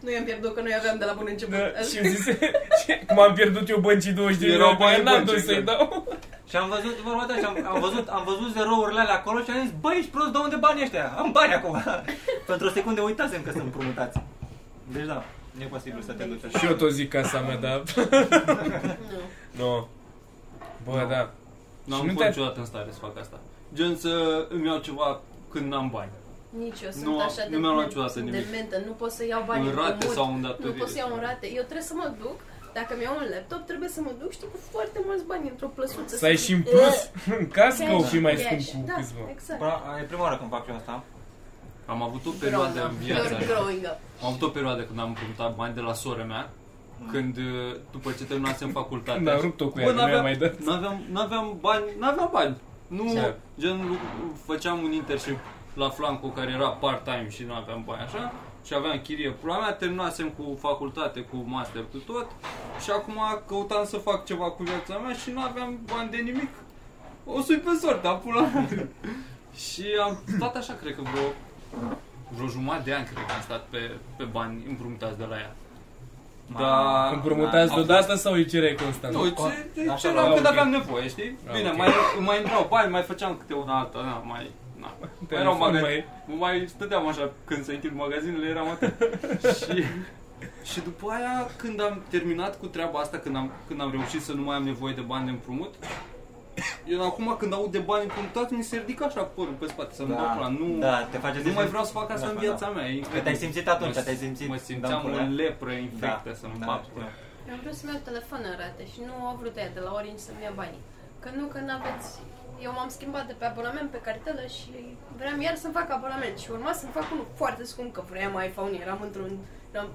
S1: Nu i-am pierdut că noi aveam de la bun început.
S2: Da, și îmi zise, ce- cum am pierdut eu băncii 20 de
S3: Erau
S2: milioane,
S3: bani
S2: bani n-am
S3: băncii,
S2: dus să-i
S3: da.
S2: dau.
S5: Și am văzut, vorba ta, și am, am, văzut, am văzut zerourile alea acolo și am zis, băi, ești prost, de unde bani ăștia? Am bani acum. Pentru o secundă uitasem că sunt împrumutați. Deci da, e posibil să te duci așa.
S2: Și eu tot zic casa mea, da.
S1: Nu.
S2: Nu. Bă,
S3: Nu.
S2: da.
S3: N-am
S2: Și nu
S3: fost
S2: te-a-
S3: niciodată în stare să fac asta. Gen să îmi iau ceva când n-am bani.
S1: Nici eu sunt
S3: Nu,
S1: așa
S3: nu
S1: de,
S3: mi-am luat niciodată nimic.
S1: dementă, nu pot să iau bani
S3: În rate sau în
S1: Nu
S3: datorie.
S1: pot să iau în rate. Eu trebuie să mă duc, dacă mi iau un laptop, trebuie să mă duc, știi, cu foarte mulți bani într-o plăsuță.
S2: Să ai și în
S1: fii-
S2: plus în cască o
S1: Cash,
S2: fi mai
S1: cash.
S2: scump cu
S1: Da,
S2: câțiva.
S1: exact.
S5: Până- E prima oară când fac eu asta.
S3: Am avut o perioadă
S1: Grown
S3: în
S1: up.
S3: viața
S1: You're
S3: mea.
S1: growing up.
S3: Am avut o perioadă când am împrumutat bani de la sora mea. Când, uh, după ce terminasem facultatea
S2: Când am
S3: și-
S2: rupt-o cu
S3: Bă,
S2: ea, nu mi-a
S3: n-aveam-
S2: mai dat.
S3: N-aveam, n-aveam bani, n-aveam bani. Nu,
S2: Da.
S3: gen, lu- făceam un internship la Flanco care era part-time și nu aveam bani așa și aveam chirie pula mea, terminasem cu facultate, cu master, cu tot și acum căutam să fac ceva cu viața mea și nu aveam bani de nimic. O să-i pe sorta, pula mea. și am stat așa, cred că vreo, vreo jumătate de ani, cred că am stat pe, pe bani împrumutați de la ea. Dar...
S2: Împrumutați
S3: Am-
S2: deodată sau îi cereai constant?
S3: Nu,
S5: Co-
S3: ce, ce,
S5: Așa,
S3: ce
S5: da,
S3: eram când
S2: ok.
S3: aveam nevoie, știi?
S2: Da,
S3: Bine,
S2: ok.
S3: mai, mai intrau bani, mai făceam câte una alta, na, mai... Na. Mai erau
S2: Telefon,
S3: magazine,
S2: mai-
S3: mai stăteam așa când se închid magazinele, eram atât. și, și după aia, când am terminat cu treaba asta, când am, când am reușit să nu mai am nevoie de bani de împrumut, eu acum când aud de bani împrumutați, mi se ridică așa părul pe spate, să-mi
S5: Da.
S3: dau pula. Nu,
S5: Da, te face să
S3: nu mai
S5: simți-
S3: vreau să fac asta
S5: Da,
S3: în
S5: da.
S3: viața mea. e
S5: Că
S3: incredibil.
S5: te-ai simțit atunci,
S3: Mă-
S5: te-ai simțin.
S3: Mă simțeam
S5: da,
S3: o lepră
S5: da,
S3: infectă să-mi
S5: da,
S3: fac
S5: știu.
S3: pula.
S1: Am vrut să-mi iau telefon în rate și nu au vrut aia de la Orange să-mi ia banii. Că nu, că n-aveți... Eu m-am schimbat de pe abonament pe cartelă și vreau iar să-mi fac abonament și urma să-mi fac unul foarte scump, că vreau iPhone, eram într-un eram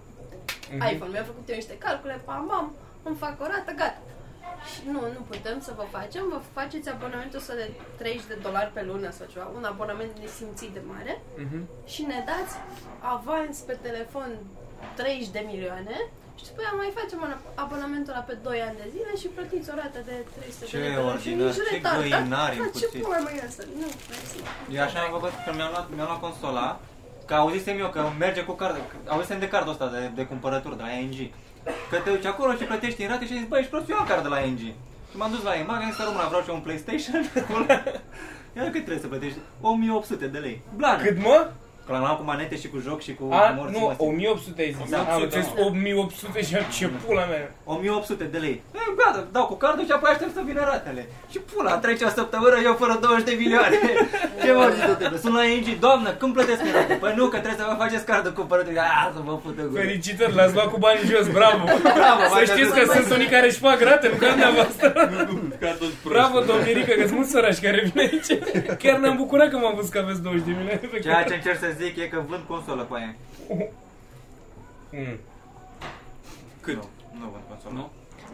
S2: Mhm.
S1: iPhone, mi-am făcut eu niște calcule, pam, pam, îmi fac o rată, gata. Și nu, nu putem să vă facem, vă faceți abonamentul să de 30 de dolari pe lună sau ceva, un abonament nesimțit de mare
S2: Mhm.
S1: și ne dați avans pe telefon 30 de milioane și după aia mai facem un abonamentul ăla pe 2 ani de zile și plătiți o rată de 300
S5: Ce
S1: de lei și
S5: ordinar,
S1: nici
S5: ce
S1: retardat.
S5: găinari
S1: Dar Da, ce
S5: încuțit.
S1: pula mai asta? Nu, mersi.
S5: Eu așa am făcut că mi-am luat, mi-am luat consola, că auzisem eu că merge cu cardul, că auzisem de cardul ăsta de, de cumpărături de la ING. Că te duci acolo și plătești în rate și zici, băi, ești prost, eu am card de la ING. Și m-am dus la EMAG, am zis, "Stai, româna, vreau și eu un PlayStation. Iar cât trebuie să plătești? 1800 de lei. Blană.
S2: Cât mă?
S5: Că l-am luat cu manete și cu joc și cu
S2: A,
S5: morți.
S2: nu,
S5: morți.
S2: 1800 ai zis.
S5: Da,
S2: Am
S5: da.
S2: înțeles 8800 și am ce pula mea.
S5: 1800 de lei. E, gata, dau cu cardul și apoi aștept să vină ratele. Și pula, trece o săptămână, eu fără 20 de milioane. Ce mă zic de Sunt la ING, doamnă, când plătesc mi rate? Păi nu, că trebuie să vă faceți cardul cumpărături. Ah, să vă pută gură.
S2: Felicitări, l-ați luat cu bani jos, bravo!
S5: Bravo,
S2: Să știți că sunt unii care își fac rate în carnea voastră.
S3: Ca toți proști.
S2: Bravo, domnirică, că-s mulți sărași care vin aici. Chiar ne-am bucurat că m-am văzut că aveți 20 de milioane. pe
S5: Ceea
S2: care-
S5: ce încerc să zic e că vând consolă cu aia.
S2: Mm.
S3: Cât?
S5: Nu, nu vând consolă.
S3: Nu?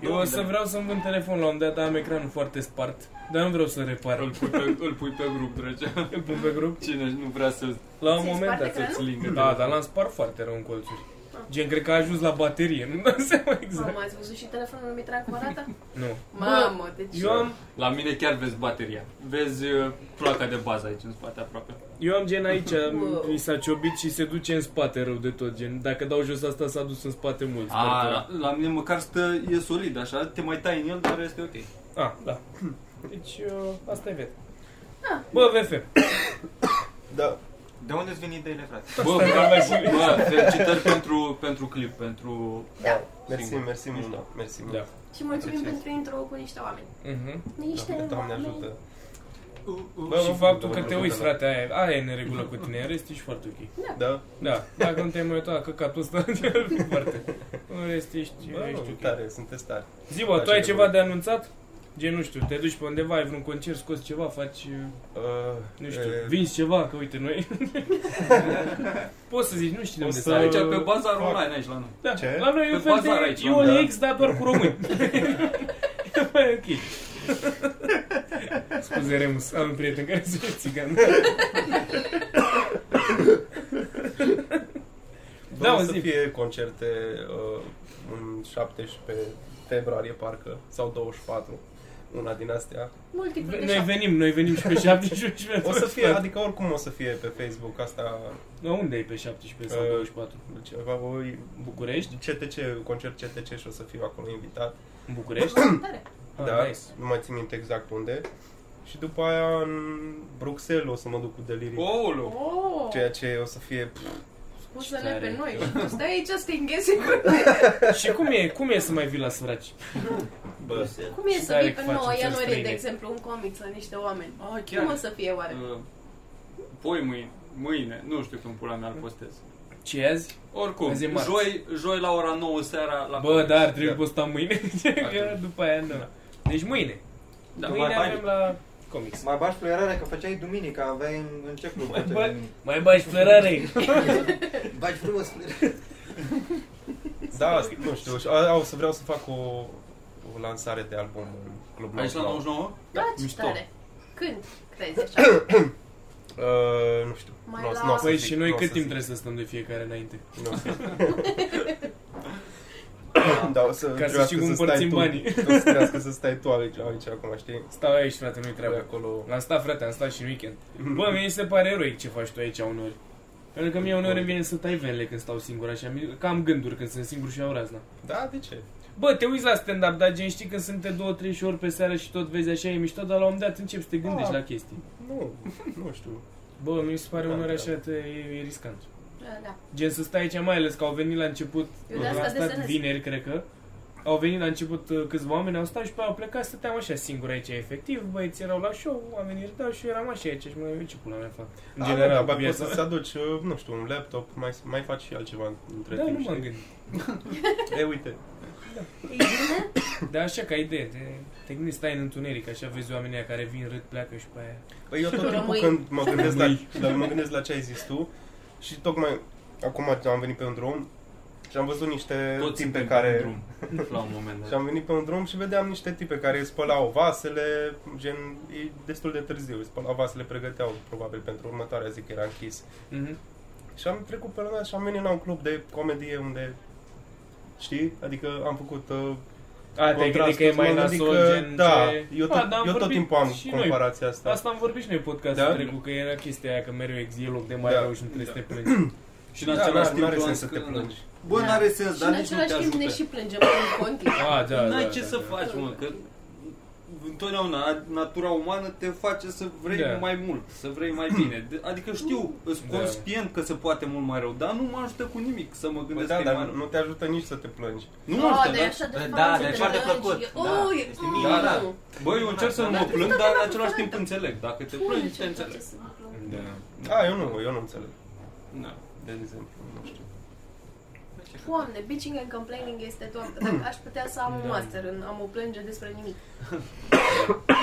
S2: Eu o să vreau să-mi vând telefonul, la un moment dat am ecranul foarte spart, dar nu vreau să repar.
S3: Îl pui pe, îl pui pe grup, drăgea.
S2: Îl pun pe grup.
S3: Cine nu vrea să
S2: La un
S1: Ți-ai
S2: moment
S1: spart
S2: dat
S1: ecranul?
S2: să-ți lingă. Da, dar l-am spart foarte rău în colțuri.
S1: Ah.
S2: Gen, cred că a ajuns la baterie, nu-mi dau seama exact.
S1: Mamă, ați văzut și telefonul lui Mitran cu o rată?
S2: Nu.
S1: Mamă, deci...
S2: Eu am,
S3: La mine chiar vezi bateria. Vezi uh, placa de bază aici în spate aproape.
S2: eu am gen aici,
S1: Wow.
S2: mi s-a ciobit și se duce în spate rău de tot, gen. Dacă dau jos asta, s-a dus în spate mult.
S3: A,
S2: spartul
S3: la,
S2: ăla.
S3: la mine măcar stă, e solid așa, te mai tai în el, dar este ok.
S2: A, da. Deci, eu- asta e vet.
S1: Ah.
S2: Bă, VF,
S4: Da.
S5: De unde îți vin ideile, frate?
S3: Bă, bă, bă, bă felicitări pentru, pentru clip, pentru...
S1: Da.
S4: Mersi,
S3: Singur.
S4: mersi mult. Mersi mult.
S2: Da.
S1: Și mulțumim
S4: Mulțumesc.
S1: pentru intro cu niște oameni.
S2: Mhm.
S1: Niște
S4: Doamne, Doamne
S1: oameni.
S4: ajută.
S2: Bă, și
S4: mă,
S2: faptul
S4: mă,
S2: că
S4: mă,
S2: te
S4: mă,
S2: uiți,
S4: mă.
S2: frate, aia, e- aia e neregulă cu tine, în rest ești foarte ok.
S4: Da?
S2: Da, dacă nu te-ai mai uitat, că catul stă în cealaltă parte. În rest ești,
S4: Bă,
S2: ești ok.
S4: tare, sunteți tari.
S2: Zi, bă, tu
S4: Așa
S2: ai
S4: că
S2: ceva
S4: bun.
S2: de anunțat? Gen, nu știu, te duci pe undeva, ai vreun concert, scoți ceva, faci,
S4: Uh,
S2: nu știu,
S4: e,
S2: vinzi ceva, că uite, noi... Poți să zici, nu știu de
S4: O
S2: unde
S4: să-
S2: să...
S3: Aici pe bazar online aici la noi.
S2: Da,
S4: Ce? Da.
S2: la noi e un
S3: Pe
S2: fel
S3: bazar
S2: de
S3: aici, nu?
S2: OLX, dar doar cu români. E mai ok. Scuze, Remus, am un prieten care se e țigan.
S4: Bă,
S2: Da,
S4: o
S2: mă,
S4: să
S2: zi.
S4: fie concerte uh, în 17 februarie, parcă, sau 24, una din astea.
S1: Multiplu de
S2: Noi
S1: șapte.
S2: venim, noi venim și pe 17 și pe
S4: O să fie,
S2: 24.
S4: adică oricum o să fie pe Facebook asta,
S2: La unde e pe 17 sau
S4: Uh,
S2: 24?
S4: ceva, voi,
S2: București?
S4: CTC, concert CTC și o să fiu acolo invitat.
S2: În București?
S1: Tare.
S2: Ah,
S4: da,
S2: nice.
S4: nu mai țin minte exact unde. Și după aia în Bruxelles o să mă duc cu delirium.
S3: Oulu!
S1: Oh,
S4: Ceea ce o să fie... pf,
S1: scuză-ne
S2: tare.
S1: pe noi. Și tu stai aici să te înghezi cu
S2: Și cum e, cum e să mai vii la săraci?
S4: Bă,
S1: Cum e
S2: Și
S1: să
S2: tare
S1: vii
S2: că
S1: pe
S2: facem
S1: 9
S2: să
S1: ianuarie, de
S2: străine.
S1: exemplu, un comic la niște oameni?
S3: Ah,
S1: Cum o
S3: chiar.
S1: să fie oare?
S3: Uh, Poi mâine. mâine, nu știu când pula mea îl postez.
S2: Ce e azi?
S3: Oricum,
S2: Azi e marți.
S3: joi, joi la ora 9 seara la
S2: Bă, da.
S3: Comics.
S2: dar ar trebui posta mâine, că
S3: trebui.
S2: după aia nu. Deci mâine.
S3: Da,
S2: mâine
S5: mai bani.
S2: avem la comics.
S5: Mai bași fluierarea că făceai duminica, aveai în, în ce club făceai
S2: bani?
S5: duminică?
S2: Mai bagi flărare!
S5: Bagi frumos fluierarea.
S4: Da, nu știu, și- a, o să vreau să fac o, o lansare de album în club
S3: Aici la 99?
S1: Da, ce
S3: mișto.
S1: tare. Când crezi așa?
S4: Uh, nu știu.
S1: Mai
S4: n-o-
S1: la-
S4: n-o să
S2: Păi
S4: zic,
S2: și noi
S4: n-o
S2: cât
S4: să
S2: timp
S4: zic.
S2: trebuie să stăm de fiecare înainte?
S4: Nu o să zic. Da, o să
S2: Ca să
S4: trebuiască
S2: știi cum
S4: stai
S2: împărțim
S4: tu-
S2: banii.
S4: O să trebuiască să stai tu aici, aici acum, știi?
S2: Stau aici, frate, nu-i
S4: Trebuie
S2: treabă.
S4: acolo...
S2: L-am stat, frate, am stat și în weekend. Bă, mie mi se pare eroic ce faci tu aici uneori. Pentru că mie uneori îmi vine să tai venele când stau singur așa, mi- că am gânduri când sunt singur și au razna.
S4: Da, de ce?
S2: Bă, te uiți la stand-up, dar gen știi când sunt de două, trei și ori pe seară și tot vezi așa, e mișto, dar la un moment dat începi să te gândești
S4: Ah.
S2: la chestii.
S4: Nu, nu știu.
S2: Bă, mi se pare
S4: Da,
S2: uneori
S4: da.
S2: așa, te, e, e riscant.
S1: Da, da.
S2: Gen să stai aici, mai ales că au venit la început,
S1: Eu de asta
S2: la stat
S1: desenez.
S2: vineri, cred că, au venit la început uh, câțiva oameni, au stat și pe aia au plecat, stăteam așa singur aici, efectiv, băieții erau la show, oamenii râdeau și eu eram așa aici și mă gândeam, eu ce pula mea fac. În
S4: Da,
S2: general,
S4: da,
S2: cu
S4: mai poți
S2: viața.
S4: să-ți aduci, uh, nu știu, un laptop, mai, mai faci și altceva între
S2: Da,
S4: timp.
S2: nu m-am
S4: știi?
S2: gândit.
S4: E, uite,
S1: E bine?
S2: Dar așa ca idee, te, te gândești, stai în întuneric, așa vezi oamenii aia care vin, râd, pleacă și pe aia.
S4: Păi eu tot timpul
S1: Rămâi.
S4: când mă gândesc, la,
S2: Rămâi.
S4: dar mă gândesc la ce ai zis tu și tocmai acum am venit pe un drum și am văzut niște
S3: Toți
S4: tipe
S3: suntem
S4: care... Da,
S3: pe drum. La un moment dat.
S4: Și am venit pe un drum și vedeam niște tipe care spălau vasele, gen, e destul de târziu, îi spălau vasele, pregăteau probabil pentru următoarea zi că era închis.
S2: Mhm.
S4: Și am trecut pe lângă și am venit la un club de comedie unde, știi, adică am făcut uh,
S2: A, te
S4: contrast,
S2: gândit că e mai
S4: m-am gândit
S2: nasol,
S4: că-
S2: gen
S4: Da,
S2: ce...
S4: eu tot,
S2: A, dar am
S4: eu tot
S2: vorbit
S4: timpul am
S2: și noi.
S4: comparația asta.
S2: Asta am vorbit și noi în podcastul
S4: Da?
S2: trecut, că era chestia aia că mereu există loc de mai
S4: Da.
S2: rău și nu trebuie să te plângi.
S3: Și în
S4: Da,
S3: același
S4: n-are-
S3: timp
S4: n-are
S3: tu
S4: sens
S3: am
S4: să te
S3: scând-
S4: plângi.
S5: Bă, n-are sens,
S1: Și
S5: dar
S1: în
S5: nici nu te
S1: același timp ne
S3: ajută.
S1: și plângem în continuu.
S2: A, da, da,
S3: N-ai
S2: da,
S3: ce
S2: da,
S3: să faci, mă, că întotdeauna a- natura umană te face să vrei
S2: Da.
S3: mai mult, să vrei mai bine. De- Adică știu, îs
S2: Da.
S3: conștient că se poate mult mai rău, dar nu mă ajută cu nimic să mă
S4: Bă,
S3: gândesc
S4: da,
S3: că e
S4: dar
S3: mai rău.
S4: nu te ajută nici să te plângi.
S3: Nu mă
S1: Oh,
S3: ajută,
S1: de
S3: da?
S1: așa de
S5: Da,
S1: față,
S5: da,
S1: de
S5: foarte
S1: dragi.
S5: plăcut,
S1: E-
S5: da,
S1: Ui,
S5: este
S1: mm,
S5: minunat.
S1: da, da.
S3: Bă, eu încerc să nu
S5: Da,
S3: mă
S5: da,
S3: plâng,
S1: da,
S3: dar
S1: da,
S3: în același
S1: da,
S3: timp
S1: da.
S3: înțeleg. Dacă te
S1: Cum
S3: plângi,
S1: ce
S3: te înțeleg. Ah.
S1: place să mă plâng?
S2: Da.
S4: A, eu nu, eu nu înțeleg.
S3: Da.
S4: De exemplu, nu știu.
S1: Doamne, bitching and complaining este doar dacă aș putea să am un
S2: Da.
S1: master în a mă plânge despre nimic.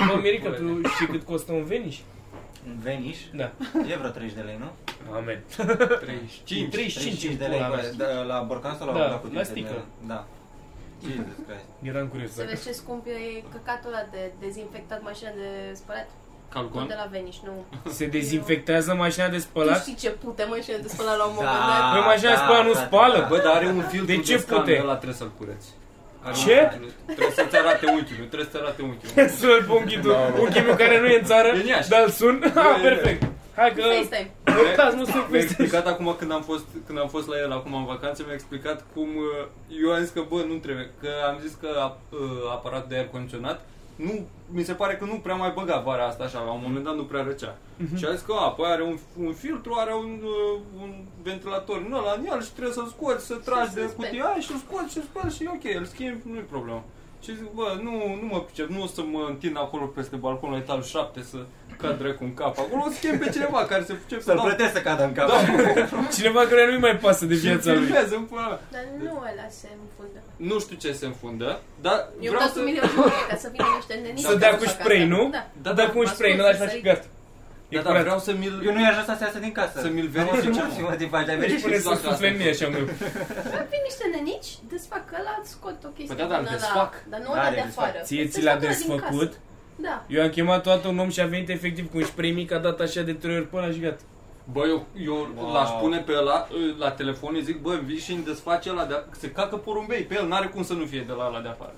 S2: Bă, Mirica, tu știi cât costă un veniș?
S5: Un veniș,
S2: Da.
S5: e vreo 30 de lei, nu?
S2: Amen.
S3: 35.
S2: 35
S5: de lei
S2: pula mea.
S5: bă, da, la borcan sau la,
S2: Da,
S5: la cutie?
S2: la sticlă.
S5: Da. Jesus Christ.
S2: Eram curios.
S1: Să
S2: dacă-
S1: vezi ce scump e căcatul ăla de dezinfectat mașina de spălat. Nu de
S3: Calcon?
S1: la Veniș, nu.
S2: Se dezinfectează mașina de
S1: Tu
S2: spălat?
S1: știi ce pute mașina de spălat la un moment
S5: Da.
S1: dat?
S2: Păi mașina de
S5: da,
S2: spălat nu
S5: frate,
S2: spală,
S5: da.
S3: Bă, dar are un filtru
S2: De
S3: de,
S2: ce
S3: scan,
S2: pute?
S3: ăla trebuie să-l cureți. Are
S2: Ce?
S3: un filtru, Trebuie să-ți arate unchiul, trebuie să-ți arate unchiul.
S2: Sună-l pe unghitul, unchiul meu care nu e în țară,
S3: E în Iași.
S2: dar îl sun. Ah,
S3: e-
S2: perfect. Hai că...
S1: FaceTime.
S2: Uitați, nu sunt
S3: Mi-a
S2: peste.
S3: explicat acum când am, fost, când am fost la el acum în vacanță, mi-a explicat cum uh, eu am zis că bă, nu trebuie, că am zis că ap, uh, aparatul de aer condiționat nu, mi se pare că nu prea mai băga vara asta așa, la un moment dat nu prea răcea. Și a zis că a, păi are un, un filtru, are un, uh, un ventilator în ăla în el și trebuie să-l scoți, să tragi
S1: să
S3: de
S1: speli.
S3: cutia aia și îl scoți și îl speli și e ok, îl schimbi, nu e problemă. Și zic, bă, nu, nu mă pricep, nu o să mă întind acolo peste balconul la etajul 7 să cad dracu în cap. Acolo o schimb pe cineva care se pricep
S5: Să-l
S3: dau-
S5: plătesc să cadă în cap.
S2: Cineva care nu-i mai pasă de
S3: și
S2: viața lui.
S3: filmează în pula mea.
S1: Dar nu ăla se înfundă.
S3: Nu știu ce se înfundă, dar
S1: Eu
S3: vreau
S1: vreau să...
S3: să...
S1: milion de euro ca să vină niște nenici.
S2: Să dea cu
S1: fac
S2: spray,
S1: asta.
S2: nu?
S1: Da.
S2: Da, da, cu un
S1: M-a
S2: spray,
S1: spus
S2: nu l-aș
S1: să
S2: face și
S1: sărit.
S2: gata. E
S3: Da, da,
S2: curat.
S3: vreau să mi-l...
S5: Eu nu i-aș lăsa să iasă din casă.
S3: Să mi-l
S5: Să
S3: verific
S5: nu știu mă, te faci, ai
S2: Deci
S5: venit
S2: pune
S5: și
S2: să
S3: exact asta
S2: sufle în
S3: am
S2: mie așa, mă.
S1: Vin niște nenici, desfac ăla, scot o chestie
S3: Păi da, dar
S1: din
S3: îl
S1: ăla.
S3: desfac.
S1: Dar nu
S5: Da,
S1: ăla
S5: le
S1: de
S5: desfac.
S1: afară.
S2: Ție
S1: Îl
S2: ți l-a
S1: desfac ăla din
S2: desfăcut?
S1: casă. Da.
S2: Eu am chemat toată un om și a venit efectiv cu un spray mic, a dat așa de trei ori până și gata.
S3: Bă, eu, eu
S5: Wow.
S3: l-aș pune pe ăla ă, la telefon, îi zic, bă, vii și îmi desface ăla, de se cacă porumbei pe el, n-are cum să nu fie de la ăla de afară.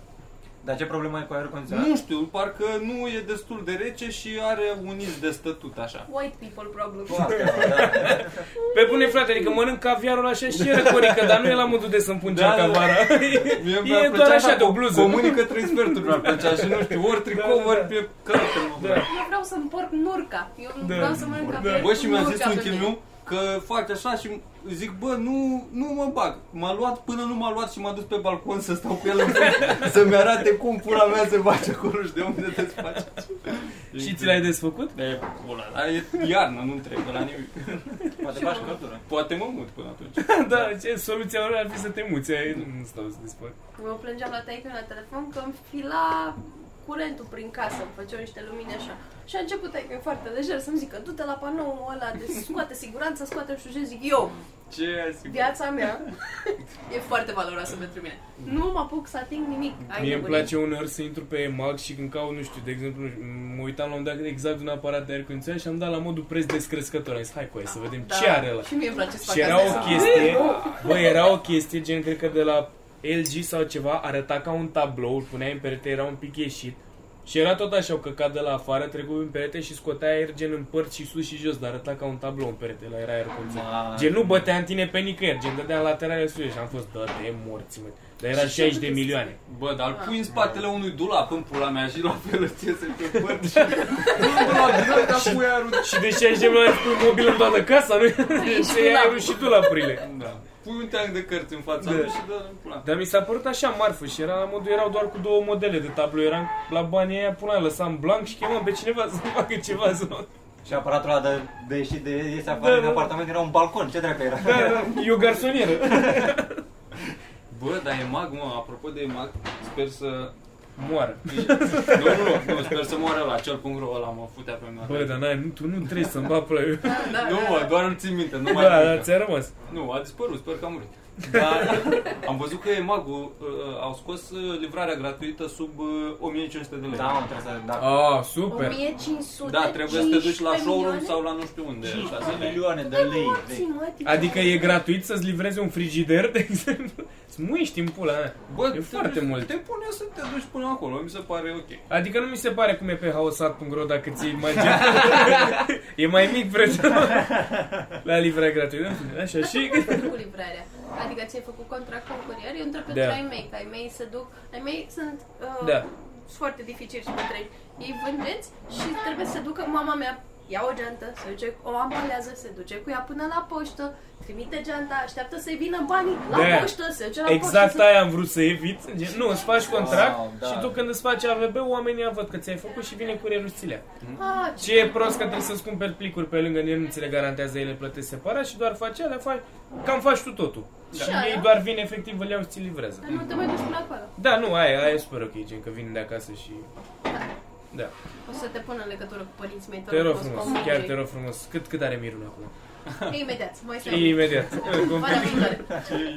S5: Dar ce problemă e cu aerul
S3: Nu
S5: condiționat?
S3: știu, parcă nu e destul de rece și are un iz de stătut, așa.
S1: White people problem.
S5: Bă, asta e, da.
S2: Pe bune frate, adică mănânc caviarul așa și e răcorică, dar nu e la modul de să-mi pun
S3: Da,
S2: geaca
S3: da, da.
S2: vara.
S3: Mie mi-ar
S2: E
S3: plăcea
S2: doar așa de o
S3: cu-
S2: bluză.
S3: Cu mâini către sfertul mi-ar plăcea și nu știu, ori tricou,
S2: Da, da, da.
S3: ori pe carte. mă,
S2: Da.
S1: Eu vreau să îmi porc nurca. Eu
S2: Da.
S1: vreau să mănânc
S2: Da.
S1: cafea
S3: Bă, și mi-a zis
S1: nurca
S3: unchiul
S1: pe
S3: meu, Că fac așa și zic, bă, nu, nu mă bag. M-a luat până nu m-a luat și m-a dus pe balcon să stau cu el în fel, să-mi arate cum pula mea se face acolo și de unde te faci.
S2: Și ți l-ai desfăcut?
S3: De pula, dar e iarnă, nu trebuie la nimic.
S5: Poate faci căldură.
S3: Poate mă mut până atunci.
S2: da, ce, soluția lor ar fi să te muți, ai, nu stau să dispar.
S1: Mă plângeam la taică la telefon că îmi fila curentul prin casă, îmi făceau niște lumini așa. Și a început taică foarte lejer să-mi zică, du-te la panoul ăla de scoate siguranța, scoate nu știu ce, zic eu,
S3: Ce sigur.
S1: viața mea e foarte valoroasă pentru mine. Nu mă apuc să ating nimic. Ai
S2: Mie îmi
S1: nebunit.
S2: place uneori să intru pe Mag și când caut, nu știu, de exemplu, nu știu, mă uitam la un dat exact un aparat de aer condiționat și am dat la modul preț descrescător. Am zis, hai cu aia,
S1: Da.
S2: să vedem ce are ăla.
S1: Și mie îmi place să fac
S2: Și era
S1: asta.
S2: o chestie, bă, era o chestie, gen, cred că de la LG sau ceva, arăta ca un tablou, îl puneai în perete, era un pic ieșit. Și era tot așa, o căcat de la afară, trecut în perete și scotea aer gen în părți și sus și jos, dar arăta ca un tablou în perete, la era aer condiționat. Gen, nu bătea în tine pe nicăieri, gen, dădea laterale sus și am fost, dă, de morți, mă. Dar era
S1: Și ce
S2: 60 de
S1: puteți-
S2: milioane.
S3: Bă, dar îl
S1: Da.
S3: pui în spatele unui dulap în pula mea și la fel ți iese pe păr și... Nu, la gură ca puiarul.
S2: Și de 60 de milioane pui mobil în toată casa, nu? Se ia aerul Păi, și tu la prile.
S3: Da. Pui un teanc de cărți în fața
S2: Da.
S3: lui și dă în pula.
S2: Dar mi s-a părut așa marfă și era la modul, erau doar cu două modele de tablou, eram la banii aia, pula, lăsam blank și chemam pe cineva să facă ceva să
S5: Și aparatul ăla de, de ieșit de iese afară
S2: Da,
S5: din
S2: da, da.
S5: apartament era un balcon, ce dracu era?
S2: Da, da, e o garsonieră.
S3: Bă, dar e mag, mă, apropo de mag, sper să...
S2: Moară.
S3: Nu, nu, nu, sper să moară la cel cum ăla mă futea pe mine.
S2: Bă, dar n-ai, nu, tu nu trebuie să-mi bat pula. eu-
S1: Da, da,
S3: Nu,
S1: da.
S3: mă, doar îmi țin minte, nu mai
S2: Da,
S3: am
S2: dar
S3: minte.
S2: ți-a rămas.
S3: Nu, a dispărut, sper că a murit. Dar am văzut că Emagul uh, uh, au scos uh, livrarea gratuită sub uh, 1500 de lei.
S5: Da, mă, trebuie să... Da.
S2: Ah, super.
S1: 1500
S3: Da, trebuie să te duci la
S1: 15
S3: showroom
S1: milioane?
S3: sau la nu știu unde.
S5: 5
S3: șase lei.
S5: milioane de lei.
S1: Ții, mă, tii.
S2: Adică e gratuit să-ți livreze un frigider, de exemplu? Îți muiești în pula mea.
S3: Bă,
S2: E foarte
S3: duci-
S2: mult.
S3: Te pune să te duci până acolo, mi se pare ok.
S2: Adică nu mi se pare cum e pe haosat.ro dacă ți mai E mai mic prețul la livrarea gratuită. în fine, Așa și...
S1: Cum ai făcut cu livrarea? Adică ți-ai făcut contract cu un curier? Eu întreb pentru
S2: Da.
S1: ai mei, că ai mei se duc... Ai mei sunt uh,
S2: Da.
S1: foarte dificili să treci. Ei vând genți și trebuie să se ducă mama mea ia o geantă, se duce, o ambalează, se duce cu ea până la poștă, trimite geanta, așteaptă să-i vină banii la
S2: Da.
S1: poștă, se duce la
S2: Exact
S1: poștă.
S2: aia am vrut să evit. Gen, Nu, îți faci contract
S5: Wow, da.
S2: și tu când îți faci AVB, oamenii au văd că ți-ai făcut și vine curierul și ți le ia.
S1: Ah, ce...
S2: Ce e prost că trebuie să-ți cumperi plicuri pe lângă, el nu ți le garantează, ele plătesc separat și doar faci alea, faci, cam faci tu totul.
S1: Da.
S2: Și
S1: Și aia?
S2: ei doar vin efectiv, îl iau și ți livrează.
S1: Dar nu te mai duci până acolo.
S2: Da, nu, aia, aia e super ok, gen că vin de acasă și...
S1: Da.
S2: Da,
S1: O să te pun în legătură cu părinții mei.
S2: te rog
S1: o să
S2: frumos,
S1: comunic.
S2: chiar te rog frumos. Cât, cât are Miruna acum?
S1: E Imediat, mai stai.
S2: Imediat.
S1: Vara viitoare.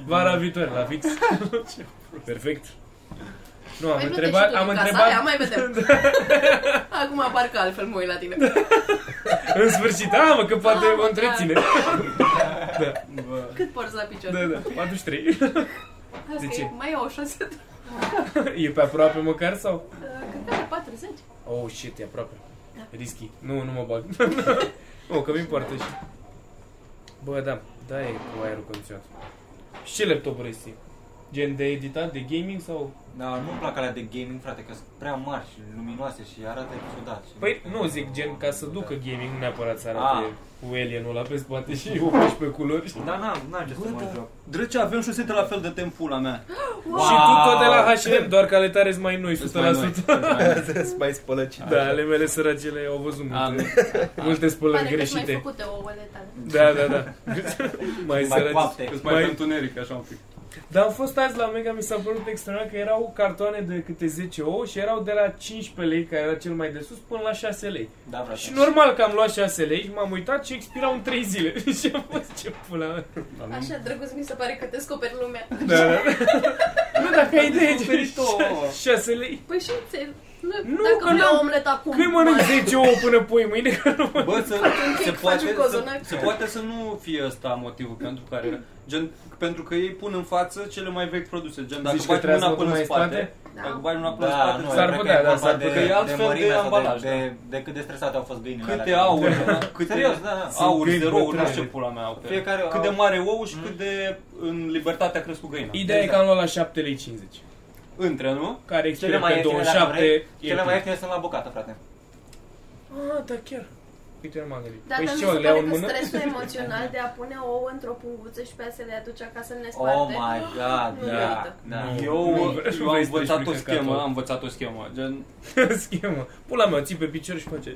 S2: Vara viitoare, la fix. Perfect. Nu, am
S1: Mai
S2: întrebat,
S1: plătești tu
S2: am
S1: din casa aia,
S2: întrebat,
S1: mai vedem. Acum parcă altfel mă uit la tine.
S2: în sfârșit, a, mă, că poate
S1: Ah,
S2: o întreține.
S3: Bă.
S1: Cât porți la picior?
S2: Da, da, 43.
S1: Hai să
S2: de ce?
S1: e- Mai e o șansă. Uh,
S2: E pe aproape măcar sau?
S1: Cred că are 40.
S2: Oh, shit, e aproape.
S1: Da.
S2: Risky. Nu, nu mă bag. Nu, că mi importă și. Bă, da, da e cu aerul condiționat. Și ce laptop vrei să iei? Gen de editat, de gaming sau?
S5: Da, nu-mi plac alea de gaming, frate, că sunt prea mari și luminoase și arată ciudat. Și Da.
S2: Păi nu zic gen ca să ducă gaming, nu neapărat să arate
S5: Ah.
S2: cu alienul ăla pe spate și o faci pe culori.
S5: Da, n-am, n-am ce să
S3: Bă,
S5: mă
S3: da.
S5: joc.
S3: Drăce, avem șosete la fel de timp pula mea.
S5: Wow!
S2: Și tu tot de la H&M, doar că ale tare sunt mai noi, 100%.
S3: Sunt mai noi.
S4: Sunt mai spălăcit.
S2: Da, ale mele săracele au văzut multe,
S3: Amin.
S2: multe spălări
S1: Pare că ți-ai mai
S2: greșite.
S1: făcute ouăle tale.
S2: Da, da, da. mai
S5: Mai
S2: săraci.
S5: coapte.
S3: Îți mai
S2: Mai-
S3: pe întuneric, așa un pic.
S2: Dar am fost azi la Mega, mi s-a părut extraordinar că erau cartoane de câte 10 ou și erau de la 15 lei, care era cel mai de sus, până la 6 lei.
S5: Da, frate.
S2: Și normal că am luat 6 lei și m-am uitat și expirau în 3 zile. și am fost ce pula mea.
S1: Așa, drăguț, mi se pare că descoperi lumea.
S2: Da, da. nu, dacă ai idee,
S3: Descoperit o ouă.
S2: 6 lei.
S1: Păi și ți
S2: Nu,
S1: nu,
S2: că
S1: dacă vreau
S2: n-am-
S1: omlet acum.
S2: Când mănânc
S1: mă-
S2: 10 ouă până pui mâine? Că nu mă...
S3: Bă, să,
S1: un cake,
S3: se,
S1: faci
S3: poate,
S1: un
S3: să,
S1: cozonac.
S3: se poate să nu fie ăsta motivul pentru care... Gen, pentru că ei pun în față cele mai vechi produse. Gen, dacă
S2: Zici că
S3: bagi
S2: trebuie
S3: mâna
S2: să mă
S3: până
S2: pun
S3: în
S2: mai în
S3: spate,
S1: Da.
S3: dacă bagi mâna până în
S5: Da,
S3: spate,
S5: nu,
S2: S-ar
S5: cred
S2: putea,
S5: că e
S2: da,
S5: vorba
S2: s-ar
S5: de-
S2: putea. Că e
S5: de
S3: altfel de
S5: mărimea asta,
S2: da.
S3: ambalaj,
S5: de, de, de cât de stresate au fost găinile
S3: câte
S5: alea.
S3: aur, câte,
S5: Serios, da, da.
S2: Sunt
S3: aur,
S2: găini
S3: zero, nu
S2: bătrâne.
S3: știu ce pula mea au pe ele.
S5: Fiecare
S3: Cât de
S5: au-
S3: mare ou și cât de în libertate a crescut găina. Exact.
S2: Ideea e că am luat la 7 lei 50.
S3: Între, nu?
S2: Care
S5: Cele
S2: expiră
S5: mai
S2: pe
S5: ieftine, dacă
S2: 27.
S5: vrei,
S2: e
S5: cele mai
S2: bine.
S5: ieftine sunt la bucată, frate.
S2: Ah, da, chiar. Peter Magali.
S1: Dar
S2: păi
S1: mi
S2: și
S1: se
S2: eu, le iau
S1: pare
S2: în
S1: că
S2: mână?
S1: stresul emoțional de a pune ouă într-o punguță și pe aia să le aduci acasă în nesparte.
S5: Oh my god,
S1: Nu
S5: da,
S1: merită.
S5: da.
S3: Eu,
S2: Nu vreau să
S3: eu am
S2: vezi
S3: învățat o
S2: despre
S3: schemă,
S2: căcatul.
S3: am învățat o schemă. Gen,
S2: Schemă. Pula mea, ții pe picior și face.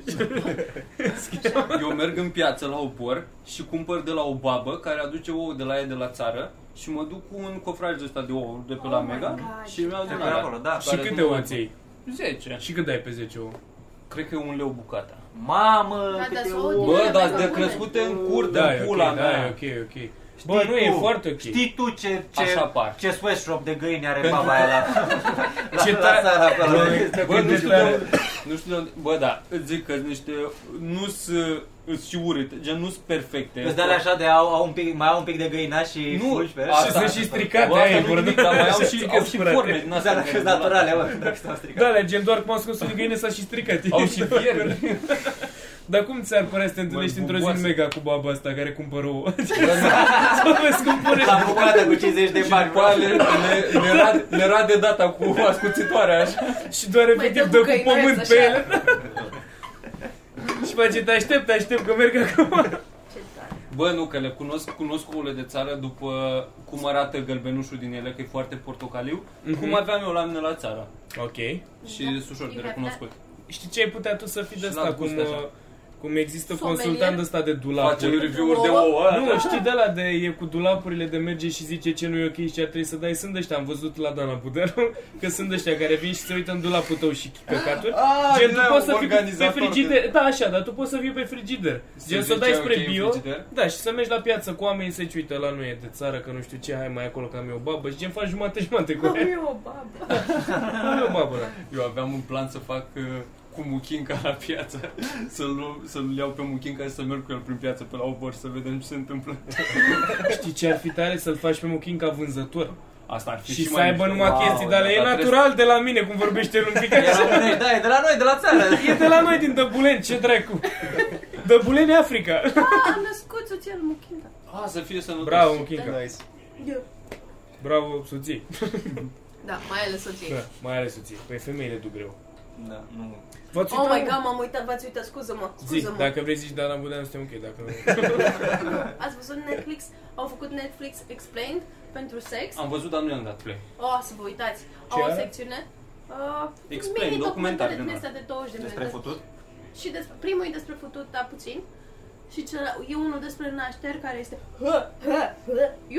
S1: Așa.
S3: eu merg în piață la Obor și cumpăr de la o babă care aduce ouă de la ea de la țară și mă duc cu un cofraj ăsta de ouă de pe la
S1: Oh my
S3: Mega
S1: God.
S3: și mi-au
S5: Da,
S3: adunat.
S5: pe acolo, da.
S2: și câte ouă ți iei?
S3: 10.
S2: Și cât dai pe 10 ouă?
S3: Cred că e un leu bucata.
S5: Mamă,
S1: Da,
S5: câte
S1: dar sunt
S5: ouă.
S1: din
S3: Bă,
S1: Bine,
S3: dar
S1: mega
S3: de
S1: bune.
S3: crescute în curte,
S2: Da,
S3: în
S2: e ok,
S3: Păi, pula
S2: da, e
S3: mea.
S2: ok, ok.
S5: Știi
S2: Bă, nu, e
S5: tu.
S2: foarte ok.
S5: Știi tu ce, ce,
S3: Așa par.
S5: ce sweatshop de găini are
S3: Pentru
S5: baba aia la, la,
S2: Ce
S5: la,
S2: tare-
S5: țara acolo.
S3: Bă, nu știu, de,
S2: tare.
S3: unde- nu știu de unde, bă, da, îți zic că sunt niște, nu sunt și urâte, gen nu sunt perfecte.
S5: Îți dale așa de au, au un pic, mai au un pic de găina și
S3: Nu,
S5: fulgi pe
S3: a-
S5: el.
S2: Și
S3: Asta-
S2: sunt și stricate,
S3: Bă,
S2: aia
S3: asta
S2: e
S3: nu nimic,
S2: vorbit.
S3: dar mai au și,
S2: Așa
S3: au
S2: că
S3: și
S2: frate.
S3: forme din
S5: Dar
S3: astea.
S5: dacă Da, sunt
S3: care-
S5: naturale, mă, dacă s-au stricat.
S2: Da, le gen doar cum am scos un găină s-a și stricat.
S3: Au și fierbi.
S2: Dar cum ți-ar părea să te întâlnești într-o zi în
S3: buboase.
S2: mega cu baba asta care cumpără ouă?
S3: Bă, da.
S2: Să vezi cum pune
S5: La bucată cu 50 de
S3: Și
S5: bani.
S3: după aia le, le, le, rad, le rade data cu ascuțitoarea așa.
S2: și doar efectiv dă
S1: dă cu
S2: cu
S1: găinuieț
S2: pământ
S1: așa.
S2: pe el. și face, te aștept, te aștept că merg acum.
S1: Ce tare.
S3: Bă, nu, că le cunosc, cunosc ouăle de țară după cum arată gălbenușul din ele, că e foarte portocaliu,
S2: Mhm.
S3: cum aveam eu la mine la țară.
S2: Ok.
S3: Și sunt ușor de recunoscut.
S2: Știi ce ai putea tu să fii de
S3: Și
S2: asta?
S3: l-am
S2: Cum,
S3: gust așa.
S2: uh, cum există
S1: Sommelier?
S2: consultant ăsta de
S3: Facem
S2: dulapuri.
S3: review-uri Da, de ouă.
S2: Nu, știi de la de e cu dulapurile de merge și zice ce nu e ok și ce ar trebui să dai. Sunt ăștia, am văzut la Dana Buderu, că sunt ăștia care vin și se uită în dulapul tău și căcaturi.
S3: Ah,
S2: Gen, tu
S3: da,
S2: poți să fii pe- pe
S3: organizator
S2: frigider, da, așa, dar tu poți să fii pe frigider.
S3: Se
S2: Gen, să
S3: zicea,
S2: dai spre
S3: ok, în
S2: bio,
S3: frigider?
S2: da, și să mergi la piață cu oamenii să-i uite, la nu e de țară, că nu știu ce, hai mai acolo că am eu babă și gen faci jumate jumate cu
S1: Am
S2: aia.
S1: eu o babă.
S2: Am eu babă, da.
S3: Eu aveam un plan să fac uh, cu muchinca la piață, să-l, luăm- să-l iau pe muchinca și să merg cu el prin piață pe la obor să vedem ce se întâmplă.
S2: Știi ce ar fi tare să-l faci pe Muchin ca vânzător?
S3: Asta ar fi și,
S2: Și să aibă
S3: mișto.
S2: numai
S5: Wow,
S2: chestii, dar
S5: da,
S2: e
S3: dar
S2: natural de la mine cum vorbește el un pic așa.
S5: Era bunești, da, e de la noi, de la țară.
S2: E de la noi din Dăbulen, ce dracu? Dăbulen e Africa.
S1: Am născut soția lui Muchinda.
S3: A, să fie sănătos.
S2: Bravo, Muchinca.
S4: Nice.
S1: Eu.
S2: Bravo, soții.
S1: Da, mai ales soției.
S2: Da, mai ales soții. Păi femeile duc greu.
S5: Da, nu.
S2: V-ați
S1: Oh
S2: uitat,
S1: my
S2: mă?
S1: god, m-am uitat, v-ați uitat, scuză-mă,
S2: Zi,
S1: scuză-mă.
S2: dacă vrei zici Dana Budeanu, suntem ok, dacă nu.
S1: Ați văzut Netflix? Au făcut Netflix Explained pentru sex.
S3: Am văzut, dar nu i-am dat play.
S1: Oh, să vă uitați. Au
S2: Ce
S1: o
S2: are?
S1: secțiune. Uh,
S3: Explained,
S1: mini
S3: documentar
S1: documentare
S3: din
S1: din
S3: ăla.
S1: astea de 20 de minute.
S5: Despre futut?
S1: Și despre, primul e despre futut, dar puțin. Și cel, e unul despre nașteri care este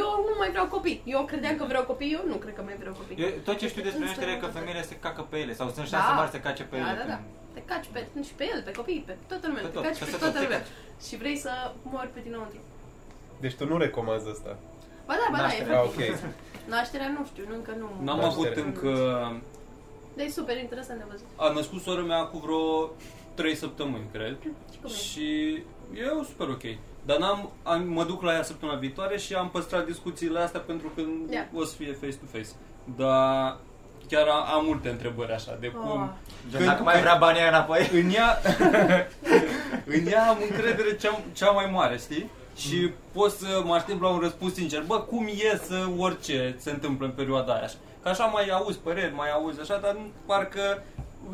S1: Eu nu mai vreau copii. Eu credeam că vreau copii, eu nu cred că mai vreau copii.
S5: Eu, tot ce știu despre naștere e că femeile se cacă pe ele sau sunt
S1: Da.
S5: șanse mari să cace pe
S1: da,
S5: ele.
S1: da, da.
S5: când-
S1: Te caci pe, și pe el, pe copii, pe toată lumea.
S5: Pe
S1: te
S5: tot,
S1: caci
S5: pe
S1: pe,
S5: tot,
S1: toată
S5: te
S1: lumea.
S5: caci.
S1: Și vrei să mori pe dinăuntru.
S4: Deci tu nu recomanzi asta.
S1: Ba da, ba da, e
S5: Nașterea.
S4: Ah,
S1: efectiv.
S4: ok.
S1: Nașterea nu știu, nu încă nu.
S3: N-am
S4: Da,
S3: avut
S4: ștere.
S3: încă...
S1: Dar e super interesant de văzut.
S3: A născut sora mea cu vreo 3 săptămâni, cred.
S1: Și cum e?
S3: Și e super ok. Dar n-am, am, mă duc la ea săptămâna viitoare și am păstrat discuțiile astea pentru că
S1: Da.
S3: o să fie face-to-face. Dar chiar a- am multe întrebări așa, de cum...
S1: Oh.
S5: Gen,
S3: Când-
S5: dacă mai vrea banii aia înapoi.
S3: În ea, în ea am încredere cea, cea mai mare, știi? Și pot să mă aștept la un răspuns sincer. Bă, cum e să orice se întâmplă în perioada aia? Așa. Că așa mai auzi păreri, mai auzi așa, dar nu- parcă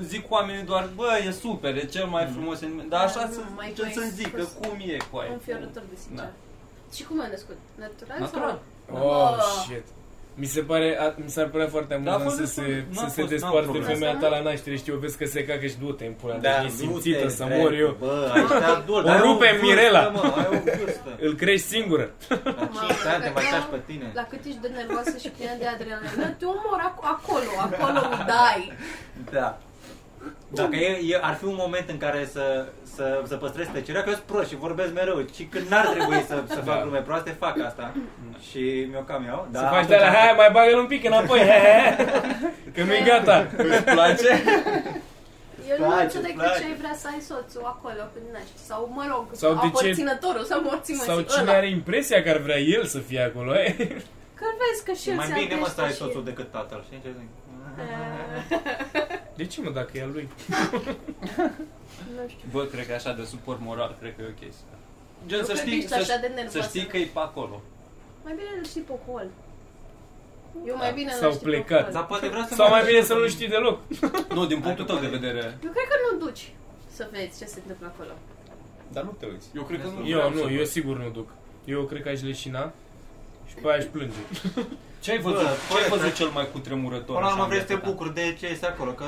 S3: zic oamenii doar, bă, e super, e cel mai frumos sentiment. Dar așa
S1: Da,
S3: să,
S1: nu, mai
S3: ce
S1: vrei
S3: să-mi
S1: să
S3: zic, că
S1: spui-
S3: cum e cu aia.
S1: Înfiorător de sincer.
S3: Păi, Da.
S1: Și cum ai născut? Natural?
S3: Natural.
S1: Sau?
S2: Oh, shit. Mi se pare, a, mi s-ar părea foarte amuzant
S3: a fost
S2: să
S3: destul-
S2: se, să
S3: n-a
S2: se
S3: fost- n-am
S2: despartă
S3: probleme.
S2: femeia ta la naștere, știi, o vezi că se cacă și du-te în pula, da,
S4: Da,
S2: e
S5: Nu
S2: simțită
S5: te
S2: să
S5: întreb,
S2: mor eu.
S5: Bă, ești adult.
S2: O
S5: ai
S2: rupe
S5: vârstă,
S2: Mirela.
S5: Mă, ai o vârstă.
S2: Îl crești singură.
S5: La 5 ani te mai caci pe tine.
S1: La cât ești de nervoasă și plină de adrenalină, te omor ac- acolo, acolo dai.
S5: Da. Dacă e, e, ar fi un moment în care să, să, să păstrez tăcerea, că eu sunt prost și vorbesc mereu și când n-ar trebui să, să fac glume proaste, fac asta și mi-o cam iau.
S2: Da,
S5: Dar
S2: să faci de
S5: atunci-
S2: la, hai, mai bagă-l un pic înapoi, hai, hai, hai. că nu-i gata.
S3: Îți place?
S1: Eu nu
S5: Place,
S1: înțeleg de
S5: place.
S1: ce ai vrea să ai soțul acolo când naști. Sau, mă rog, sau
S2: Sau de ce-
S1: aparținătorul sau morții
S2: Sau cine are impresia că ar vrea el să fie acolo, e?
S1: Că vezi că și el se
S5: Mai bine mă
S1: angrește
S5: stai
S1: și-
S5: soțul decât tatăl, știi ce zic?
S1: Eh,
S2: De ce mă, dacă e al lui?
S1: Nu știu.
S3: Bă, cred că așa de suport moral, cred că e ok. să- Gen,
S1: Nu
S3: să
S1: cred că
S3: știi,
S1: ești așa de
S3: să,
S1: nervoasă.
S3: să știi că e pe acolo.
S1: Mai bine îl știi pe hol. Eu mai bine
S2: S-au
S1: îl știi pe
S2: plecat.
S1: hol.
S5: Dar poate vrea să
S2: Sau
S5: mă-
S2: mai bine să nu știi deloc.
S3: Nu, din punctul
S5: că
S3: tău de
S5: pare-
S3: vedere.
S1: Eu cred că nu duci să vezi ce se întâmplă acolo.
S6: Dar nu te uiți.
S3: Eu cred că nu
S2: Eu
S3: vreau
S2: nu,
S3: să-
S2: eu sigur nu duc. Eu cred că aș leșina și pe aia aș plânge.
S3: Ce ai văzut?
S5: Bă,
S3: ce ai
S5: ce-
S3: văzut cel mai cutremurător?
S5: Până la
S3: așa,
S5: urmă
S3: în
S5: vrei să te
S3: viața ta?
S5: bucuri de ce este acolo, că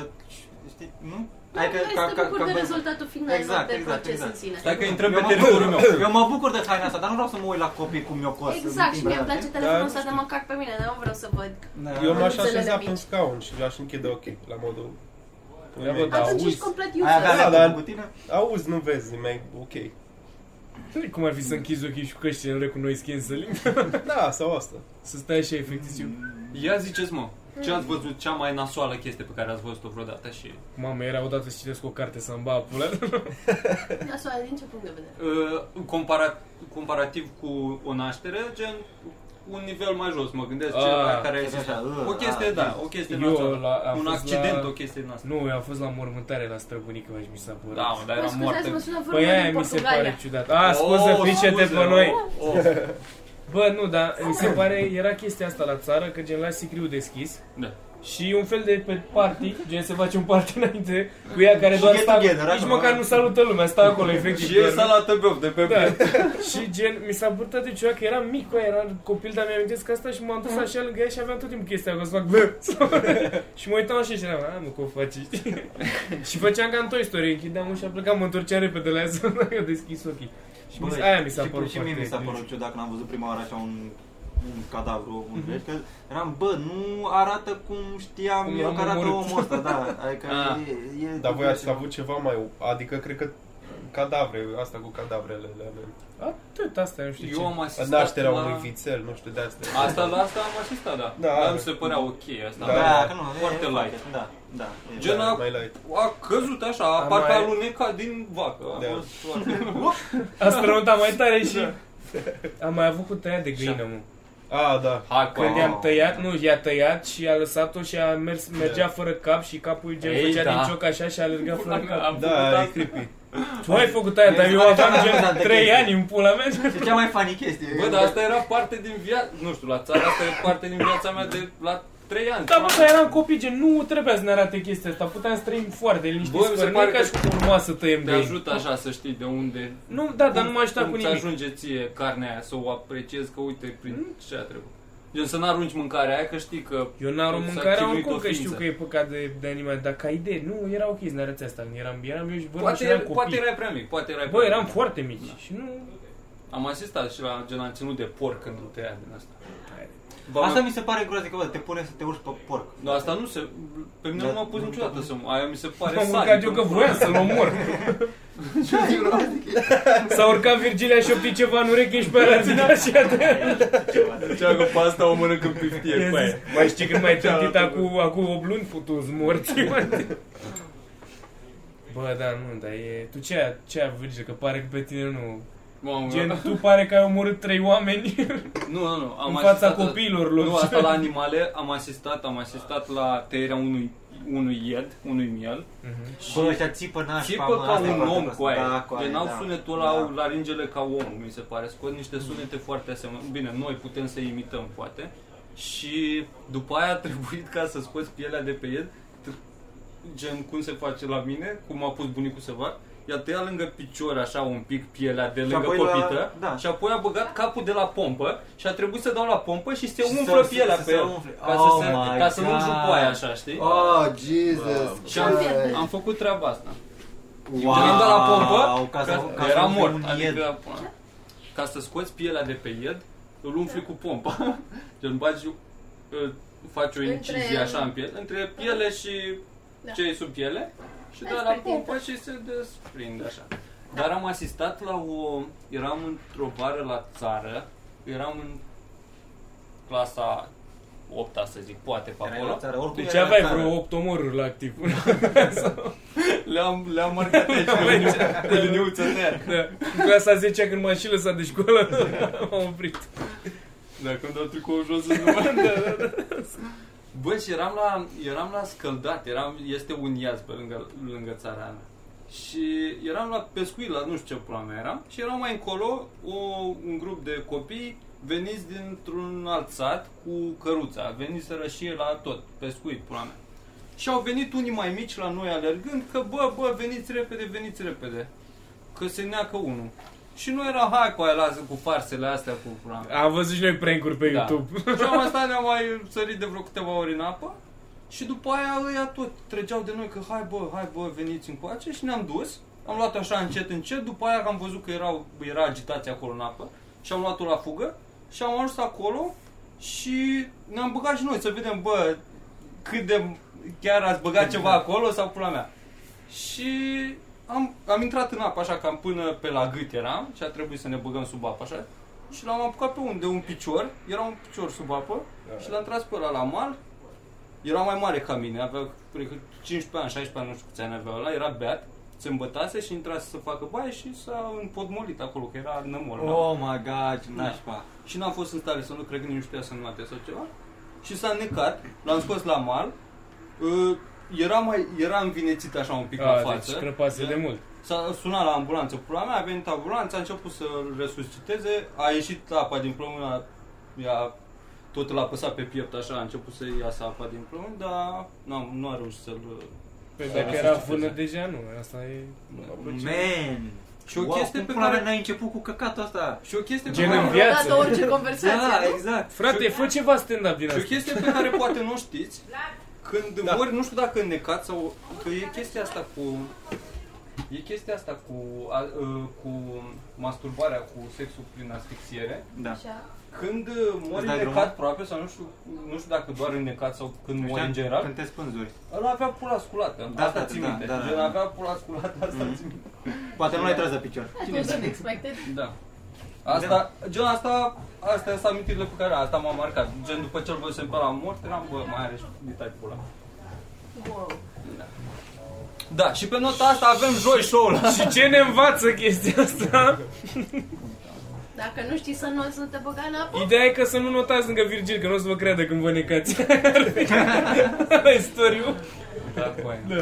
S5: știi, nu?
S1: Hai că, ca, ca, ca, de rezultatul final,
S5: Exact,
S1: exact, de
S5: exact,
S1: proces exact.
S5: exact.
S1: în sine.
S3: Stai că intrăm
S5: Eu
S3: pe
S5: mă
S3: teritoriul meu.
S5: bucur- Eu mă bucur de haina asta, dar nu vreau să mă uit la copii cum mi-o cos. Da.
S1: Exact, și mie îmi
S2: Da,
S1: place telefonul
S6: nu
S1: ăsta de
S6: știu.
S1: mă cac pe mine, dar nu vreau să văd.
S6: Eu m-aș
S1: Bubuțelele
S6: așeza
S1: mici.
S6: pe un scaun și l-aș închide ochii, la modul...
S2: Ia vă, da,
S1: Atunci
S2: auzi.
S1: ești complet
S5: Ai avea
S1: useless.
S6: Da,
S5: laptopul
S6: da.
S5: cu tine?
S6: Auzi, nu vezi, e mai ok.
S2: Uite Păi, cum ar fi să închizi ochii și cu căștile în recunoști canceling?
S6: Da, sau asta.
S2: Să stai așa efectiv.
S3: Ia ziceți mă, ce ați văzut cea mai nasoală chestie pe care ați văzut-o vreodată și...
S2: Mamă, era odată să citesc o carte să-mi ba pula.
S1: Nasoală, din ce punct de vedere?
S3: Uh, compara- comparativ cu o naștere, gen un nivel mai jos, mă gândesc,
S2: Ah.
S3: ceva care ai
S5: Este
S3: zis.
S5: așa, uh,
S3: O chestie,
S5: ah,
S3: da, o chestie
S2: Eu
S3: nasoală.
S2: la, am
S3: Un
S2: fost
S3: accident,
S2: la...
S3: o chestie din asta.
S2: Nu, eu am fost la mormântare la străbunică, mă, și mi s-a părut.
S3: Da, mă, dar
S1: Mă
S3: era
S1: scuzați,
S3: moartă.
S1: mă sună vorba
S2: Păi aia
S1: din
S2: mi se pare
S1: Portugalia.
S2: ciudat. A, scuze,
S3: Oh,
S2: pișete
S3: scuze,
S2: pe noi.
S3: oh, oh.
S2: Bă, nu, dar mi se pare, era chestia asta la țară, că gen la sicriu deschis.
S3: Da.
S2: Și un fel de pe party, gen se face un party înainte cu ea care doar
S5: get
S2: stă
S5: together,
S2: Nici
S5: acolo.
S2: măcar nu salută lumea, stă acolo efectiv.
S3: Și e
S2: doar-
S3: salată beof de pe
S2: Da. și gen, mi s-a părut atât de ciudat că eram mic, bă, eram copil, dar mi-am amintesc asta și m-am dus așa lângă ea și aveam tot timpul chestia că să fac bă. și mă uitam așa și eram, a, mă, cum faci, știi? și făceam ca în Toy Story, închideam ușa, plecam, mă întorceam repede la ea să eu deschis ochii. Și mi s-
S5: Băi,
S2: aia mi s-a
S5: și-
S2: părut
S5: Și mie
S2: foarte
S5: mi s-a părut
S2: cringe.
S5: ciudat când am văzut prima oară așa un un cadavru,
S3: Mhm.
S5: un vești, că eram, bă, nu arată cum știam
S2: Cum
S5: eu
S2: l-am
S5: că arată
S2: omorât.
S5: omul ăsta, da, adică
S3: Ah.
S5: e, e...
S6: Dar voi ați
S5: ceva.
S6: avut ceva mai... Adică, cred că cadavre, asta cu cadavrele le avem.
S2: Atât, asta, eu nu știu
S3: Eu
S2: ce.
S3: am asistat
S6: Nașterea
S3: la...
S6: unui vițel, nu știu de astea.
S3: Asta, la asta am asistat, da.
S6: Da.
S3: Dar mi se părea ok asta.
S6: Da.
S5: Da, că nu, e-
S3: Foarte
S5: e
S3: light.
S5: Da, da. e-
S3: Gen
S6: Da,
S3: a-
S6: mai light.
S3: A căzut așa, a
S2: Am
S3: parcă
S2: mai-
S3: a lunecat din vacă. A
S6: Da.
S3: fost foarte...
S2: A strănutat mai tare și... Am mai avut cu tăiat de găină, mă.
S6: A, da.
S3: Hai, cu
S2: Când
S3: aia.
S2: i-am tăiat, nu, i-a tăiat și a lăsat-o și a mers, mergea fără cap și capul gen
S3: Da. Ei,
S2: făcea
S3: da.
S2: din cioc așa și a alergat fără cap.
S3: Am făcut
S6: Da, e
S3: asta.
S6: creepy.
S2: Tu ai făcut aia, dar eu
S3: da.
S2: aveam gen 3 ani în pula mea.
S5: E cea mai funny chestie.
S3: Bă, dar asta era parte din viața, nu știu, la țară asta e parte din viața mea de la 3 ani.
S2: Da, bă, dar eram copii, gen, nu trebuia să ne arate chestia asta, puteam să trăim foarte
S3: Bă,
S2: liniștiți,
S3: mi se
S2: fără, nu
S3: pare
S2: e ca
S3: că
S2: și cum urma să tăiem
S3: Te
S2: de
S3: ajută așa să știi de unde
S2: Nu, da, dar nu m-a ajutat
S3: cum
S2: cu
S3: îți
S2: nimic.
S3: ajunge ție carnea aia să o apreciezi că uite prin ce a trecut. Gen să n-arunci mâncarea aia că știi că
S2: Eu n-am
S3: S-a
S2: româncarea
S3: Exact, chinuit
S2: oricum
S3: o
S2: că
S3: ființă.
S2: știu că e păcat de, de animale, dar ca idee, nu, era ok să ne arăți asta, când eram, eram eu și bă,
S3: poate,
S2: și eram
S3: era-
S2: copii.
S3: poate erai prea mic, poate erai
S2: Bă,
S3: prea
S2: eram
S3: mic.
S2: foarte mici și nu...
S3: Am asistat și la gen am ținut de porc când nu tăia din asta. Bă,
S5: Asta
S3: mă-
S5: mi se pare groaznică, bă, te pune să te urci pe porc.
S3: nu, asta nu se... Pe mine
S5: Da,
S3: nu m-a pus
S5: nu-
S3: niciodată să mă... Aia mi se pare
S2: M-am
S3: sadic,
S2: urcat eu că
S3: îmi-
S2: voiam să-l omor. S-a urcat Virgilia și optit ceva în ureche și pe aia ținea și ea de...
S3: Cea cu pasta o mănâncă în piftie cu aia.
S2: Mai știi când mai tântit
S3: Cealaltă
S2: acum, acum 8 luni, futu-s morții, mă. Bă, da, nu, dar e... Tu ce ai, ce ai Virgil, că pare că pe tine nu...
S3: Mamă,
S2: Gen, tu pare că ai omorât trei oameni
S3: Nu, nu, nu. Am
S2: în fața
S3: asistat-
S2: copiilor lor.
S3: Nu, asta la animale am asistat, am asistat la tăierea unui, unui ied, unui miel.
S2: Mhm.
S5: Bă, ăștia țipă nașpa,
S3: Țipă
S5: mă,
S3: ca
S5: asta e
S3: un
S5: foarte
S3: om
S5: prost.
S3: cu aia.
S5: Da,
S3: Da, Gen,
S5: aia,
S3: au
S5: da.
S3: sunetul
S5: Da.
S3: la laringele ca omul, mi se pare. Scot niște sunete foarte asemănătoare. Bine, noi putem să imităm, poate. Și după aia a trebuit ca să scoți pielea de pe ied. tr- Gen, cum se face la mine, cum a pus bunicul să fac. I-a tăiat lângă picior așa un pic pielea de lângă
S5: apoi la-
S3: popită
S5: da.
S3: și apoi a băgat capul de la pompă și a trebuit să dau la pompă și se
S5: Și
S3: umflă
S5: să-
S3: pielea
S5: să
S3: pe
S5: se
S3: el
S5: umfle.
S3: ca
S5: Oh
S3: să,
S5: my
S3: se, ca să nu
S5: God.
S3: jupoaie așa, știi?
S5: Oh, Jesus
S3: Și am,
S1: Christ.
S3: am făcut treaba asta.
S5: Wow,
S3: Wow, Când am dat la pompă,
S5: ca să, ca să
S3: era
S5: nu fie
S3: mort.
S5: un ied.
S3: Adică, ca să scoți pielea de pe ied, îl umfli cu pompa. Gen, bagi, uh, faci o
S1: Între-
S3: incizie așa în piele, între piele și
S1: Da.
S3: ce e sub piele și
S1: Mai
S3: de la
S1: spre
S3: pompă și se desprinde așa. Dar am asistat la o... Eram într-o vară la țară, eram în clasa 8 să zic, poate pe
S5: Era la
S3: acolo.
S5: țară, oricum
S2: Deci
S5: era
S2: aveai
S5: la țară.
S2: vreo 8 omoruri la activ.
S3: Le-am, le-am marcat aici cu liniu- cu liniuță neagră.
S2: Da. În clasa 10 când m-am și lăsat de școală, m-am oprit.
S3: Dacă îmi dau tricoul jos în numai. Bă, și eram la, eram la scăldat, eram, este un iaz pe lângă, lângă țara mea. Și eram la pescuit, la nu știu ce pula mea eram, și erau mai încolo o, un grup de copii veniți dintr-un alt sat cu căruța, veniseră și ei la tot, pescuit, pula mea. Și au venit unii mai mici la noi alergând că, bă, bă, veniți repede, veniți repede. că se neacă unul. Și nu era hype aia lasă cu farsele astea cu pula.
S2: Am văzut și noi prank-uri pe
S3: Da.
S2: YouTube.
S3: Și am asta ne-am mai sărit de vreo câteva ori în apă și după aia ăia tot trăgeau de noi că hai bă, hai bă, veniți încoace și ne-am dus. Am luat așa încet, încet, după aia că am văzut că erau, era agitație acolo în apă și am luat-o la fugă și am ajuns acolo și ne-am băgat și noi să vedem, bă, cât de chiar ați băgat ceva
S2: Da.
S3: acolo sau pula mea. Și am, am intrat în apă așa cam până pe la gât eram și a trebuit să ne băgăm sub apă așa. Și l-am apucat pe unde un picior, era un picior sub apă
S2: Da.
S3: și l-am tras pe ăla la mal. Era mai mare ca mine, avea cred că 15 ani, 16 ani, nu știu câți ani avea ăla, era beat, se îmbătase și intrase să facă baie și s-a împodmolit acolo, că era nămol. n-avea-
S5: Oh my god, ce nașpa.
S3: și n-am fost în stare să nu cred că nici nu știa să nate sau ceva. Și s-a necat, l-am scos la mal, uh, era, mai, era învinețit așa un pic la
S2: A,
S3: față.
S2: deci crăpase
S3: Da.
S2: de mult.
S3: S-a sunat la ambulanță, pula mea, a venit ambulanța, a început să-l resusciteze, a ieșit apa din plămână, i-a tot l-a păsat pe piept așa, a început să iasă apa din plămână, dar n-am- nu a reușit să-l...
S2: Păi
S3: Da,
S2: dacă
S3: da,
S2: era
S3: să știi
S2: vână
S3: că-
S2: deja nu, asta e...
S5: Man.
S3: Și o chestie
S5: cum
S3: pe
S5: pula
S3: care-
S5: mea n-ai început cu căcatul ăsta.
S3: Și o chestie pe
S2: Gen
S3: care-
S2: în
S1: Vreodată
S2: viață.
S1: orice conversație.
S5: Da,
S1: nu?
S5: exact.
S2: Frate, fă ceva stand-up din
S3: Și o
S2: asta.
S3: chestie pe care poate nu o știți, când da. mori, nu știu dacă necați sau... Că e chestia asta cu... E chestia asta cu, a, a, cu masturbarea, cu sexul prin asfixiere.
S5: Da.
S1: Așa.
S3: Când uh, mori
S5: Îți dai drumul?
S3: necat proape sau nu știu, nu știu dacă doar în necat sau când mori în general,
S5: Când te spânzuri.
S3: ăla avea pula sculată.
S5: Da,
S3: asta
S5: da,
S3: ții
S5: da,
S3: minte.
S5: da, da,
S3: Gen
S5: da.
S3: avea pula sculată, asta
S5: Mhm.
S3: ții minte.
S5: Poate nu l-ai tras de picior.
S1: It wasn't expected.
S3: Da. Asta, gen asta, astea sunt amintirile pe care asta m-a marcat. Gen după ce îl văzusem pe la mort, eram, bă, mai are și ditai pula.
S1: Wow.
S3: Da, și pe nota asta avem joi show-ul.
S2: Și ce ne învață chestia asta?
S1: Dacă nu știi să nu să te băga în apă,
S2: Ideea e că să nu notați lângă Virgil, că nu o să vă creadă când vă necați. Ăla e istoriu.
S3: Da, cu aia.
S2: Da.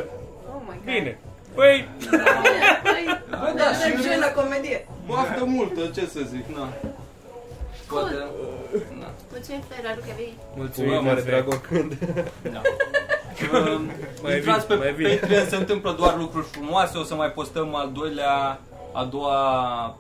S1: oh my god.
S2: Bine. Păi,
S3: Da.
S1: Bine, păi,
S3: Bă, da, și
S1: mergem la comedie.
S3: baftă multă, ce să zic, na. Poate, na.
S1: Mulțumim, Ferraru, că vei.
S2: mulțumim.
S4: Mulțumim mare
S2: Andrei.
S4: drag oricând.
S3: Da. Um,
S2: Mai
S3: Intrați pe
S2: vin, mai vin.
S3: Patreon, se întâmplă doar lucruri frumoase, o să mai postăm al doilea, a doua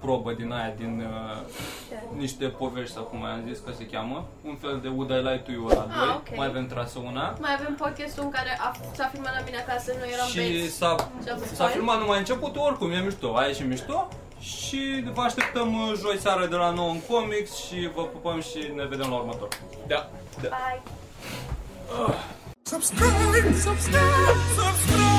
S3: probă din aia, din uh, niște povești sau cum am zis că se cheamă, un fel de Would I Lie to You ăla 2,
S1: Ah, ok.
S3: mai avem trasă una.
S1: Mai avem podcastul în care a, s-a filmat la mine acasă, noi eram
S3: Și
S1: băieți.
S3: s-a,
S1: Și a fost
S3: s-a
S1: fain.
S3: filmat numai început, oricum e mișto, aia e și mișto. Și vă așteptăm uh, joi seara de la 9 în comics și vă pupăm și ne vedem la următor.
S2: da.
S1: Bye.
S7: Subscribe, subscribe, subscribe.